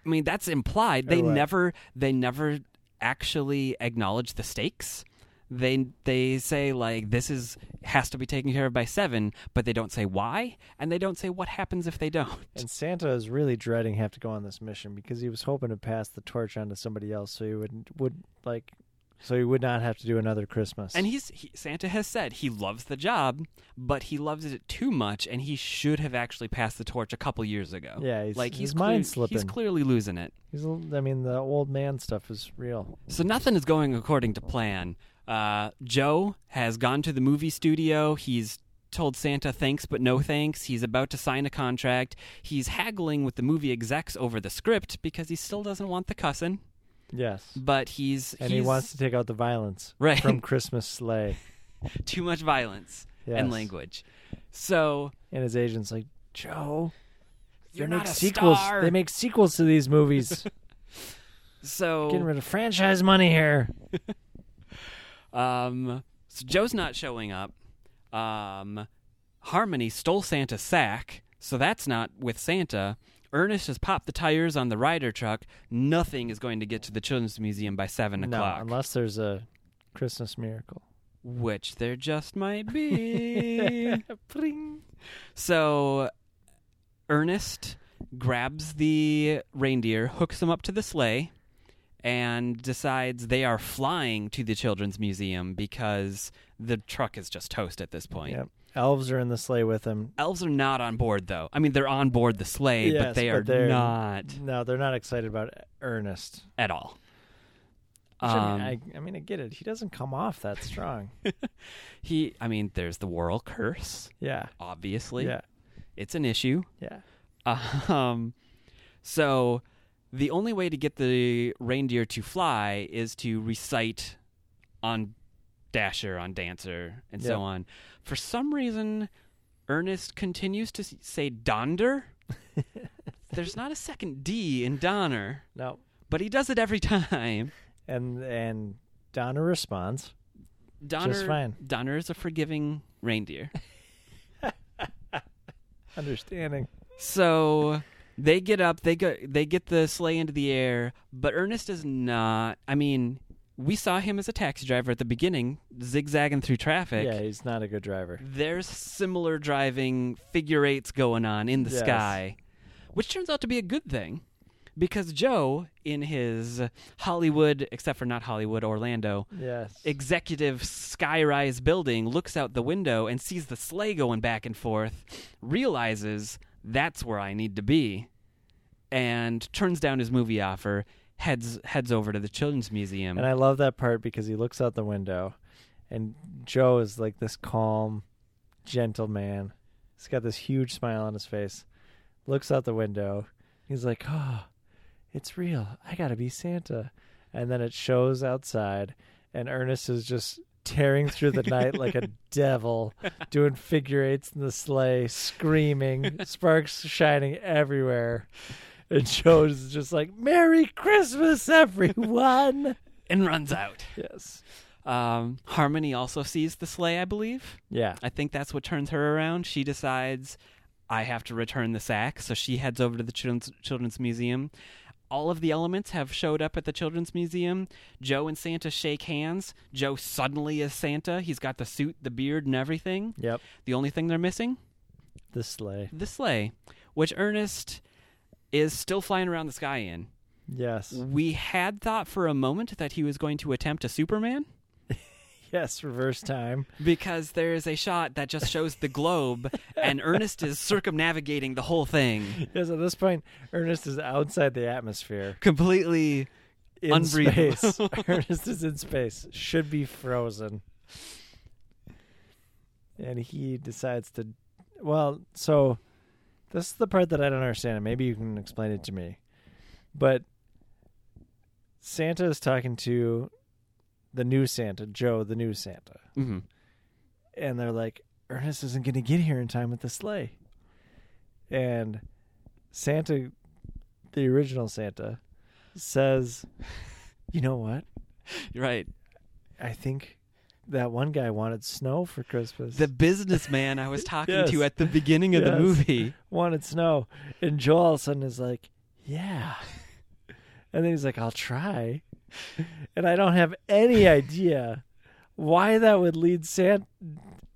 [SPEAKER 2] I mean, that's implied. They
[SPEAKER 1] Or what?
[SPEAKER 2] never they never actually acknowledge the stakes. they they say like this is has to be taken care of by seven, but they don't say why, and they don't say what happens if
[SPEAKER 1] *laughs*
[SPEAKER 2] they don't.
[SPEAKER 1] And Santa is really dreading have to go on this mission because he was hoping to pass the torch on to somebody else, so he would would like, so he would not have to do another Christmas.
[SPEAKER 2] And he's he, Santa has said he loves the job, but he loves it too much, and he should have actually passed the torch a couple years ago.
[SPEAKER 1] Yeah, he's-
[SPEAKER 2] like
[SPEAKER 1] his
[SPEAKER 2] clear-
[SPEAKER 1] mind's slipping.
[SPEAKER 2] He's clearly losing it.
[SPEAKER 1] He's, a- I mean, the old man stuff is real.
[SPEAKER 2] So nothing is going according to plan. Uh, Joe has gone to the movie studio. He's told Santa thanks but no thanks. He's about to sign a contract. He's haggling with the movie execs over the script because he still doesn't want the cussing.
[SPEAKER 1] Yes,
[SPEAKER 2] But he's
[SPEAKER 1] and he
[SPEAKER 2] he's
[SPEAKER 1] wants to take out the violence
[SPEAKER 2] Right.
[SPEAKER 1] from Christmas sleigh.
[SPEAKER 2] *laughs* too much violence and
[SPEAKER 1] Yes.
[SPEAKER 2] language. So
[SPEAKER 1] And his agent's like, Joe,
[SPEAKER 2] You're
[SPEAKER 1] they make
[SPEAKER 2] not a
[SPEAKER 1] sequels.
[SPEAKER 2] star."
[SPEAKER 1] They make sequels to these
[SPEAKER 2] *laughs*
[SPEAKER 1] movies.
[SPEAKER 2] so
[SPEAKER 1] Getting rid of franchise money here.
[SPEAKER 2] Um, so Joe's not showing up. Um, Harmony stole Santa's sack, so that's not with Santa. Ernest has popped the tires on the rider truck. Nothing is going to get to the Children's Museum by 7
[SPEAKER 1] No,
[SPEAKER 2] o'clock,
[SPEAKER 1] unless there's a Christmas miracle.
[SPEAKER 2] which there just
[SPEAKER 1] *laughs*
[SPEAKER 2] might be. so Ernest grabs the reindeer, hooks him up to the sleigh, and decides they are flying to the Children's Museum because the truck is just toast at this point.
[SPEAKER 1] Yep. Elves are in the sleigh with him.
[SPEAKER 2] Elves are not on board, though. I mean, they're on board the sleigh, but
[SPEAKER 1] Yes,
[SPEAKER 2] they are
[SPEAKER 1] they're-
[SPEAKER 2] not
[SPEAKER 1] No, they're not excited about Ernest.
[SPEAKER 2] at all.
[SPEAKER 1] Which, I,
[SPEAKER 2] Um,
[SPEAKER 1] mean, I, I mean, I get it. He doesn't come off that
[SPEAKER 2] *laughs*
[SPEAKER 1] strong.
[SPEAKER 2] He, I mean, there's the Whirl curse,
[SPEAKER 1] yeah,
[SPEAKER 2] obviously.
[SPEAKER 1] Yeah.
[SPEAKER 2] It's an issue.
[SPEAKER 1] yeah.
[SPEAKER 2] *laughs* Um, so the only way to get the reindeer to fly is to recite on Dasher, on Dancer, and
[SPEAKER 1] Yep.
[SPEAKER 2] so on. For some reason, Ernest continues to s- say Donder. There's not a second D in Donner,
[SPEAKER 1] No,
[SPEAKER 2] but he does it every *laughs* time.
[SPEAKER 1] and and Donna responds.
[SPEAKER 2] Donner,
[SPEAKER 1] fine.
[SPEAKER 2] Donner is a forgiving reindeer.
[SPEAKER 1] Understanding.
[SPEAKER 2] So they get up, they go, they get the sleigh into the air, but Ernest is not. I mean, we saw him as a taxi driver at the beginning, zigzagging through traffic.
[SPEAKER 1] Yeah, he's not a good driver.
[SPEAKER 2] There's similar driving figure eights going on in the
[SPEAKER 1] Yes.
[SPEAKER 2] sky, which turns out to be a good thing because Joe, in his Hollywood, except for not Hollywood, Orlando,
[SPEAKER 1] Yes.
[SPEAKER 2] executive skyrise building looks out the window and sees the sleigh going back and forth realizes that's where i need to be and turns down his movie offer heads heads over to the children's museum
[SPEAKER 1] And I love that part because he looks out the window, and Joe is like this calm, gentle man. He's got this huge smile on his face. Looks out the window. He's like, "Oh, it's real. I gotta be Santa." And then it shows outside, and Ernest is just tearing through the night like a devil, doing figure eights in the sleigh, screaming, sparks shining everywhere. And Joe's just like, "Merry Christmas, everyone!"
[SPEAKER 2] and runs out
[SPEAKER 1] Yes.
[SPEAKER 2] um, harmony also sees the sleigh i believe
[SPEAKER 1] Yeah.
[SPEAKER 2] i think that's what turns her around she decides i have to return the sack so she heads over to the children's, children's museum all of the elements have showed up at the children's museum joe and santa shake hands joe suddenly is santa he's got the suit the beard and everything
[SPEAKER 1] Yep.
[SPEAKER 2] the only thing they're missing
[SPEAKER 1] The sleigh.
[SPEAKER 2] the sleigh which ernest is still flying around the sky in
[SPEAKER 1] Yes.
[SPEAKER 2] we had thought for a moment that he was going to attempt a superman
[SPEAKER 1] Yes. Reverse time. *laughs*
[SPEAKER 2] because there is a shot that just shows the globe and Ernest is circumnavigating the whole thing
[SPEAKER 1] Yes. At this point, Ernest is outside the atmosphere.
[SPEAKER 2] completely
[SPEAKER 1] In
[SPEAKER 2] Unbreathable.
[SPEAKER 1] space. Ernest is in space. Should be frozen. And he decides to. Well, so this is the part that I don't understand. and Maybe you can explain it to me. But Santa is talking to the new Santa, Joe, the new Santa.
[SPEAKER 2] Mhm.
[SPEAKER 1] and they're like, Ernest isn't going to get here in time with the sleigh. And Santa, the original Santa, says, You know what?
[SPEAKER 2] You're right
[SPEAKER 1] I think that one guy wanted snow for Christmas.
[SPEAKER 2] the businessman I was talking
[SPEAKER 1] Yes.
[SPEAKER 2] to at the beginning of the
[SPEAKER 1] Yes.
[SPEAKER 2] movie
[SPEAKER 1] *laughs* wanted snow. And Joel all of a sudden is like, Yeah. *laughs* And then he's like, I'll try. And I don't have any idea why that would lead San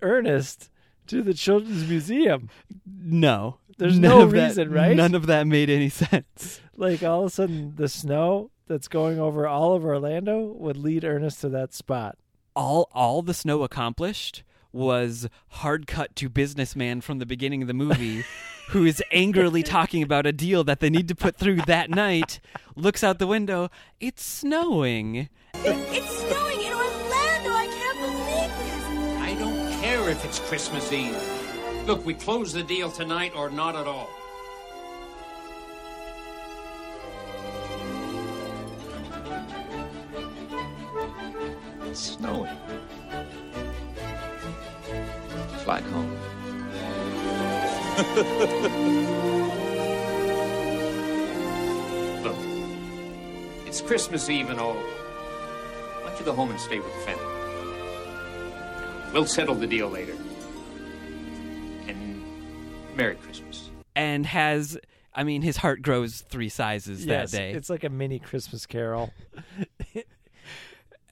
[SPEAKER 1] Ernest to the Children's Museum.
[SPEAKER 2] No.
[SPEAKER 1] There's
[SPEAKER 2] None
[SPEAKER 1] no
[SPEAKER 2] of that-
[SPEAKER 1] reason, right?
[SPEAKER 2] None of that made any sense.
[SPEAKER 1] Like all of a sudden, the snow that's going over all of Orlando would lead Ernest to that spot.
[SPEAKER 2] All all the snow accomplished was hard cut to businessman from the beginning of the *laughs* movie who is angrily talking about a deal that they need to put through that night, looks out the window, it's snowing.
[SPEAKER 10] It's snowing in Orlando. I can't believe
[SPEAKER 11] I don't care if it's Christmas Eve. Look, we close the deal tonight or not at all.
[SPEAKER 12] It's snowing. It's like home.
[SPEAKER 11] *laughs* Look, it's Christmas Eve and all. Why don't you go home and stay with the family? We'll settle the deal later. And Merry Christmas.
[SPEAKER 2] And has I mean his heart grows three sizes
[SPEAKER 1] yes,
[SPEAKER 2] that day.
[SPEAKER 1] it's like a mini Christmas Carol.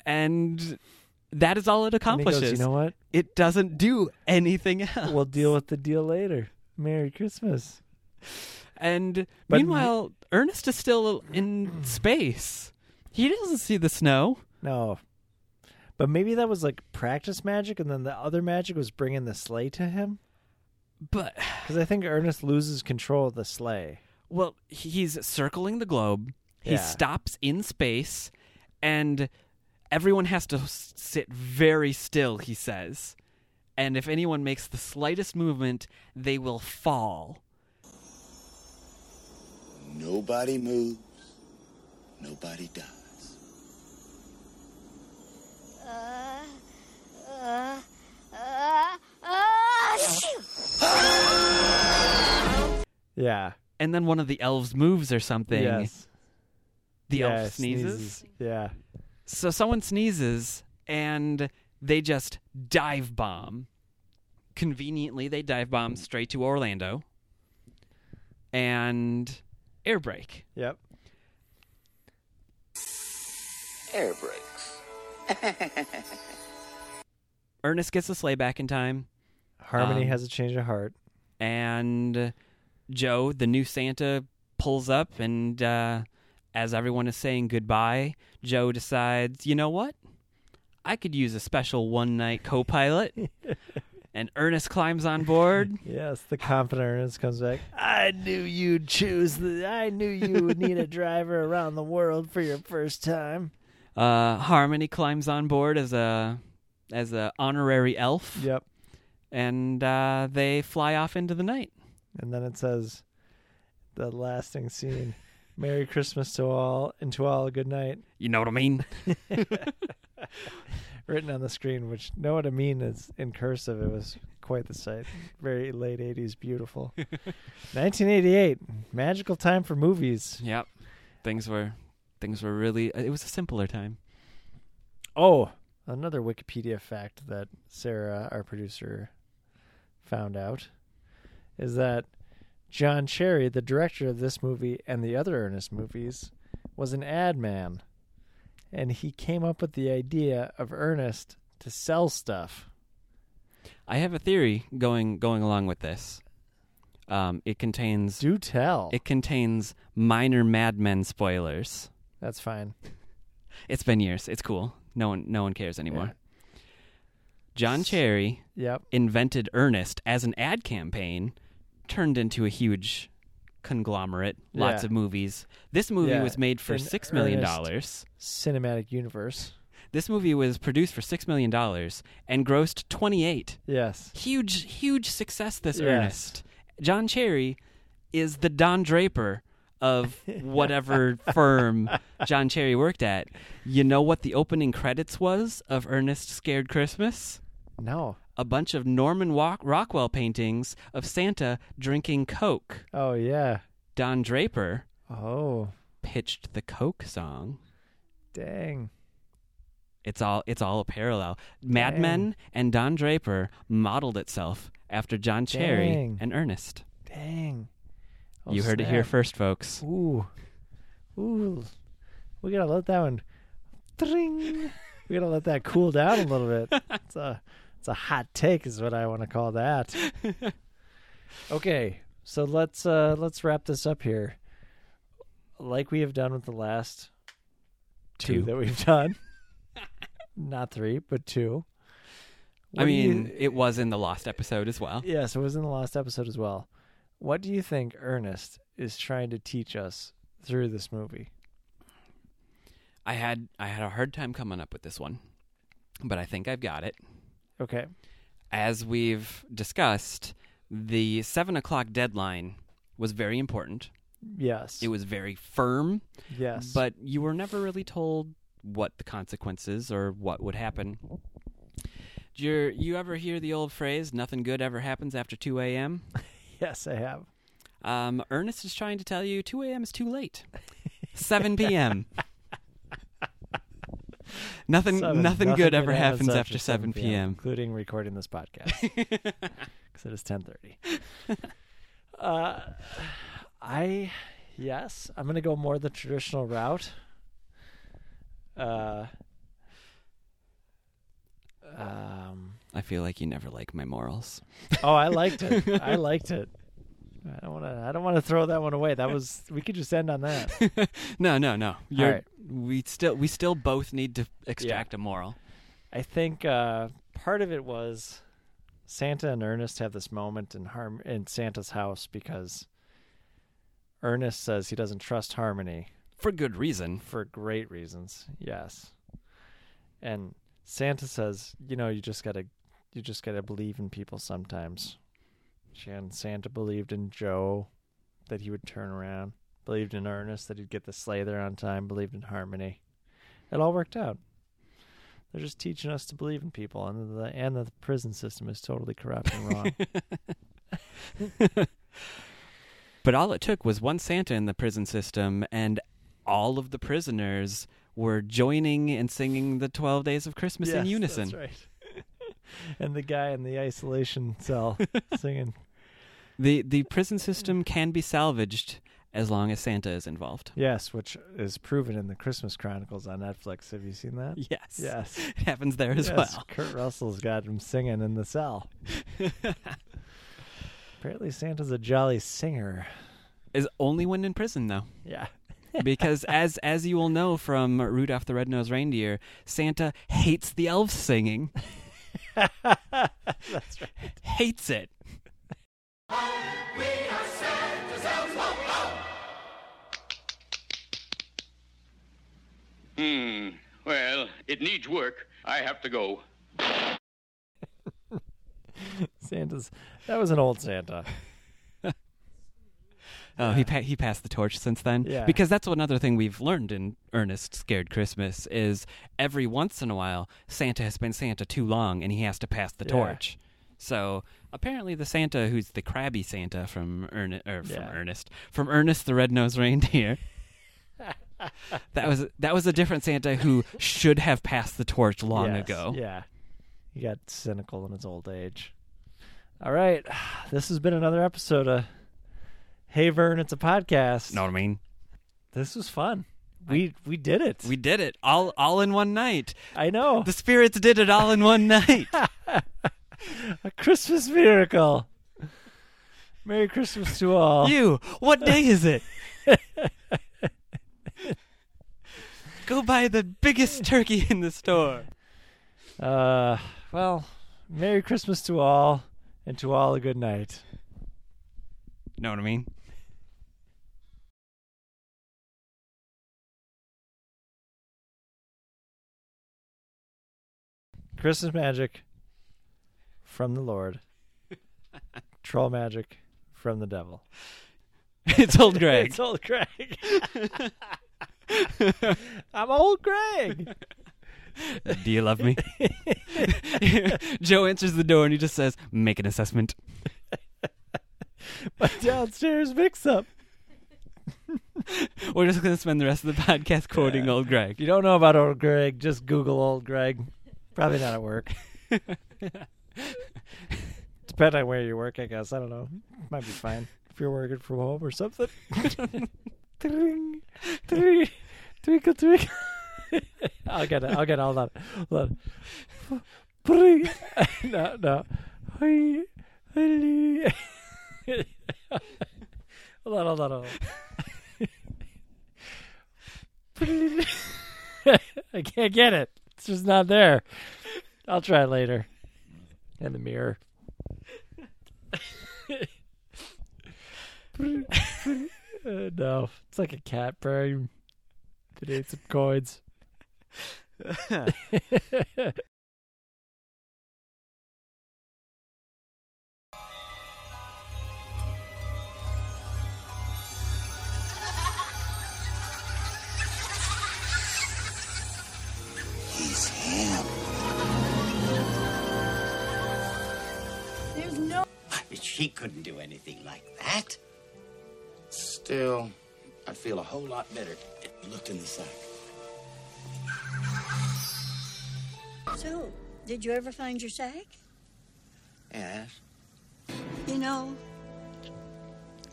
[SPEAKER 2] and that is all it
[SPEAKER 1] And he goes,
[SPEAKER 2] accomplishes.
[SPEAKER 1] you know what?
[SPEAKER 2] It doesn't do anything else.
[SPEAKER 1] We'll deal with the deal later. Merry Christmas.
[SPEAKER 2] And
[SPEAKER 1] But-
[SPEAKER 2] meanwhile, Ernest is still in space. He doesn't see the snow.
[SPEAKER 1] No. But maybe that was like practice magic, and then the other magic was bringing the sleigh to him.
[SPEAKER 2] But
[SPEAKER 1] because I think Ernest loses control of the sleigh.
[SPEAKER 2] Well, he's circling the globe. He
[SPEAKER 1] Yeah.
[SPEAKER 2] stops in space, and everyone has to s- sit very still. He says, and if anyone makes the slightest movement, they will fall.
[SPEAKER 3] Nobody moves. Nobody dies.
[SPEAKER 7] Uh,
[SPEAKER 1] Yeah.
[SPEAKER 2] And then one of the elves moves or something.
[SPEAKER 1] Yes.
[SPEAKER 2] The
[SPEAKER 1] Yeah,
[SPEAKER 2] elf sneezes.
[SPEAKER 1] Yeah.
[SPEAKER 2] So someone sneezes and they just dive bomb. Conveniently, they dive bomb straight to Orlando and air brake.
[SPEAKER 1] Yep.
[SPEAKER 12] Air brakes.
[SPEAKER 2] Ernest gets the sleigh back in time.
[SPEAKER 1] Harmony
[SPEAKER 2] Um,
[SPEAKER 1] has a change of heart.
[SPEAKER 2] and Joe, the new Santa, pulls up, and uh, as everyone is saying goodbye, Joe decides, you know what? I could use a special one night co pilot. and Ernest climbs on board.
[SPEAKER 1] Yes, the confident Ernest comes back. I knew you'd choose. The, I knew you would *laughs* need a driver around the world for your first time.
[SPEAKER 2] Uh, Harmony climbs on board as a as a honorary elf.
[SPEAKER 1] Yep.
[SPEAKER 2] And uh, they fly off into the night.
[SPEAKER 1] And then it says, the lasting scene. Merry Christmas to all, and to all a good night.
[SPEAKER 2] You know what I mean?
[SPEAKER 1] Written on the screen, which know what I mean is in cursive. It was quite the sight. Very late '80s, beautiful. 1988, magical time for movies.
[SPEAKER 2] yep. Things were things were really. It was a simpler time.
[SPEAKER 1] Oh, another Wikipedia fact that Sarah, our producer, found out is that John Cherry, the director of this movie and the other Ernest movies, was an ad man. And he came up with the idea of Ernest to sell stuff.
[SPEAKER 2] I have a theory going going along with this. Um, it contains
[SPEAKER 1] do tell.
[SPEAKER 2] It contains minor Mad Men spoilers.
[SPEAKER 1] That's fine.
[SPEAKER 2] It's been years. It's cool. No one no one cares anymore. John Cherry
[SPEAKER 1] Yep.
[SPEAKER 2] invented Ernest as an ad campaign, turned into a huge conglomerate. Lots
[SPEAKER 1] Yeah.
[SPEAKER 2] of movies. This movie
[SPEAKER 1] Yeah,
[SPEAKER 2] was made for
[SPEAKER 1] an
[SPEAKER 2] six million
[SPEAKER 1] Ernest
[SPEAKER 2] dollars.
[SPEAKER 1] Cinematic universe.
[SPEAKER 2] This movie was produced for six million dollars and grossed twenty eight.
[SPEAKER 1] Yes.
[SPEAKER 2] Huge, huge success this
[SPEAKER 1] Yes.
[SPEAKER 2] Ernest. John Cherry is the Don Draper
[SPEAKER 1] *laughs*
[SPEAKER 2] of whatever firm John Cherry worked at. You know what the opening credits was of Ernest Scared Christmas?
[SPEAKER 1] No.
[SPEAKER 2] A bunch of Norman Wa- Rockwell paintings of Santa drinking Coke.
[SPEAKER 1] Oh yeah.
[SPEAKER 2] Don Draper
[SPEAKER 1] Oh,
[SPEAKER 2] pitched the Coke song.
[SPEAKER 1] dang.
[SPEAKER 2] It's all it's all a parallel. Mad
[SPEAKER 1] Dang.
[SPEAKER 2] Men and Don Draper modeled itself after John Cherry
[SPEAKER 1] Dang.
[SPEAKER 2] and Ernest.
[SPEAKER 1] Dang. Oh,
[SPEAKER 2] you heard it here
[SPEAKER 1] snap.
[SPEAKER 2] first, folks.
[SPEAKER 1] Ooh. Ooh. We gotta let that one. Dring. we gotta let that cool down a little
[SPEAKER 2] *laughs*
[SPEAKER 1] bit. It's a it's a hot take, is what I want to call
[SPEAKER 2] *laughs*
[SPEAKER 1] that. Okay, so let's uh let's wrap this up here. Like we have done with the last two,
[SPEAKER 2] Two.
[SPEAKER 1] that we've
[SPEAKER 2] *laughs*
[SPEAKER 1] done, not three, but two.
[SPEAKER 2] I
[SPEAKER 1] What do you-
[SPEAKER 2] mean, it was in the lost episode as well.
[SPEAKER 1] Yes, it was in the last episode as well. What do you think Ernest is trying to teach us through this movie?
[SPEAKER 2] I had I had a hard time coming up with this one, but I think I've got it.
[SPEAKER 1] Okay.
[SPEAKER 2] As we've discussed, the seven o'clock deadline was very important.
[SPEAKER 1] Yes.
[SPEAKER 2] It was very firm.
[SPEAKER 1] Yes.
[SPEAKER 2] But you were never really told what the consequences or what would happen. Do you, you ever hear the old phrase, nothing good ever happens after 2 a.m.?
[SPEAKER 1] Yes, I have.
[SPEAKER 2] Um, Ernest is trying to tell you 2 a.m. is too late. 7 p.m. nothing
[SPEAKER 1] Seven.
[SPEAKER 2] nothing good ever
[SPEAKER 1] that
[SPEAKER 2] happens after 7 p.m.
[SPEAKER 1] including recording this podcast
[SPEAKER 2] *laughs*
[SPEAKER 1] because it is 10.30 *laughs* uh, i yes i'm going to go more the traditional route uh, um,
[SPEAKER 2] I feel like you never like my morals.
[SPEAKER 1] oh i liked it i liked it i don't want to i don't want to throw that one away that was we could just end on that
[SPEAKER 2] No, no, no. You're,
[SPEAKER 1] right.
[SPEAKER 2] We still we still both need to extract a moral.
[SPEAKER 1] I think uh, part of it was Santa and Ernest have this moment in Harm in Santa's house because Ernest says he doesn't trust Harmony
[SPEAKER 2] for good reason.
[SPEAKER 1] For great reasons, yes. And Santa says, you know, you just gotta, you just gotta believe in people sometimes. And Santa believed in Joe that he would turn around. Believed in Ernest that he'd get the sleigh there on time. Believed in Harmony. It all worked out. They're just teaching us to believe in people, and the and that the prison system is totally corrupt and wrong.
[SPEAKER 2] But all it took was one Santa in the prison system, and all of the prisoners were joining and singing the 12 Days of Christmas
[SPEAKER 1] Yes,
[SPEAKER 2] in unison.
[SPEAKER 1] That's right. *laughs* and the guy in the isolation cell singing.
[SPEAKER 2] The, the prison system can be salvaged as long as Santa is involved.
[SPEAKER 1] Yes, which is proven in the Christmas Chronicles on Netflix. Have you seen that?
[SPEAKER 2] Yes.
[SPEAKER 1] *laughs* Yes.
[SPEAKER 2] It happens there *laughs* as
[SPEAKER 1] Yes,
[SPEAKER 2] well.
[SPEAKER 1] Kurt Russell's got him singing in the
[SPEAKER 2] *laughs*
[SPEAKER 1] cell. Apparently, Santa's a jolly singer.
[SPEAKER 2] Is only when in
[SPEAKER 1] *laughs*
[SPEAKER 2] prison, though.
[SPEAKER 1] Yeah.
[SPEAKER 2] because as as you will know from Rudolph the Red-Nosed Reindeer, Santa hates the
[SPEAKER 1] *laughs*
[SPEAKER 2] elves singing.
[SPEAKER 1] That's right.
[SPEAKER 2] *laughs* Hates it.
[SPEAKER 13] Hmm. Well, it needs work. I have to go.
[SPEAKER 1] Santa's. That was an old Santa.
[SPEAKER 2] Oh, he pa- he passed the torch since then.
[SPEAKER 1] Yeah.
[SPEAKER 2] Because that's another thing we've learned in Ernest Scared Christmas is every once in a while Santa has been Santa too long and he has to pass the
[SPEAKER 1] Yeah.
[SPEAKER 2] torch. So apparently the Santa who's the crabby Santa from Ernest or from
[SPEAKER 1] Yeah.
[SPEAKER 2] Ernest from Ernest the
[SPEAKER 1] *laughs*
[SPEAKER 2] Red-Nosed Reindeer. that was that was a different Santa who should have passed the torch long
[SPEAKER 1] Yes,
[SPEAKER 2] ago.
[SPEAKER 1] Yeah. He got cynical in his old age. All right. *sighs* This has been another episode of Hey Vern, it's a podcast.
[SPEAKER 2] Know what I mean?
[SPEAKER 1] This was fun. We we did it.
[SPEAKER 2] We did it all all in one night.
[SPEAKER 1] I know.
[SPEAKER 2] The spirits did it all in one *laughs* night.
[SPEAKER 1] A Christmas miracle. Merry Christmas to all.
[SPEAKER 2] *laughs* You, what day is *laughs* it? Go buy the biggest turkey in the store.
[SPEAKER 1] Uh, well, Merry Christmas to all, and to all a good night.
[SPEAKER 2] Know what I mean? *laughs*
[SPEAKER 1] Christmas magic from the Lord. Troll magic from the devil.
[SPEAKER 2] It's old Greg.
[SPEAKER 1] it's old Greg. *laughs* I'm old Greg.
[SPEAKER 2] Do you love *laughs* me? Joe answers the door and he just says, "Make an assessment."
[SPEAKER 1] My downstairs mix up.
[SPEAKER 2] We're just gonna spend the rest of the podcast quoting old Greg.
[SPEAKER 1] If
[SPEAKER 2] *laughs*
[SPEAKER 1] you don't know about old Greg, just Google old Greg. Probably not at work. Depend on where you work, I guess. I don't know. Might be fine if you're working from home or something. Tring, tring, twinkle, twinkle. *laughs* I'll get it. I'll get it. Hold on. Hold on. Bring- *laughs* no, no. Hi, hello. *laughs* hold on, hold on, hold on. *laughs* I can't get it. It's just not there. I'll try it later. In the mirror. Uh, *laughs* no, it's like a cat brain that ate some coins.
[SPEAKER 6] He's him.
[SPEAKER 10] There's no.
[SPEAKER 3] But she couldn't do anything like that. Still, I feel a whole lot better. It looked in the sack.
[SPEAKER 10] So, did you ever find your sack?
[SPEAKER 3] Yes.
[SPEAKER 10] You know,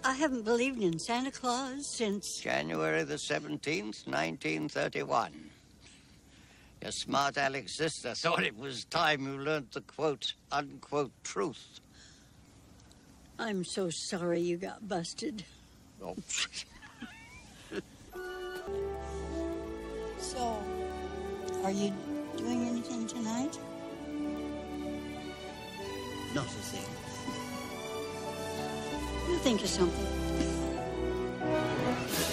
[SPEAKER 10] I haven't believed in Santa Claus since.
[SPEAKER 5] January the 17th, 1931.
[SPEAKER 3] Your smart Alec sister
[SPEAKER 5] thought it was time you learnt the quote, unquote truth.
[SPEAKER 10] I'm so sorry you got busted.
[SPEAKER 3] Oh.
[SPEAKER 10] *laughs* So, are you doing anything tonight?
[SPEAKER 3] Not a thing.
[SPEAKER 10] You think of something.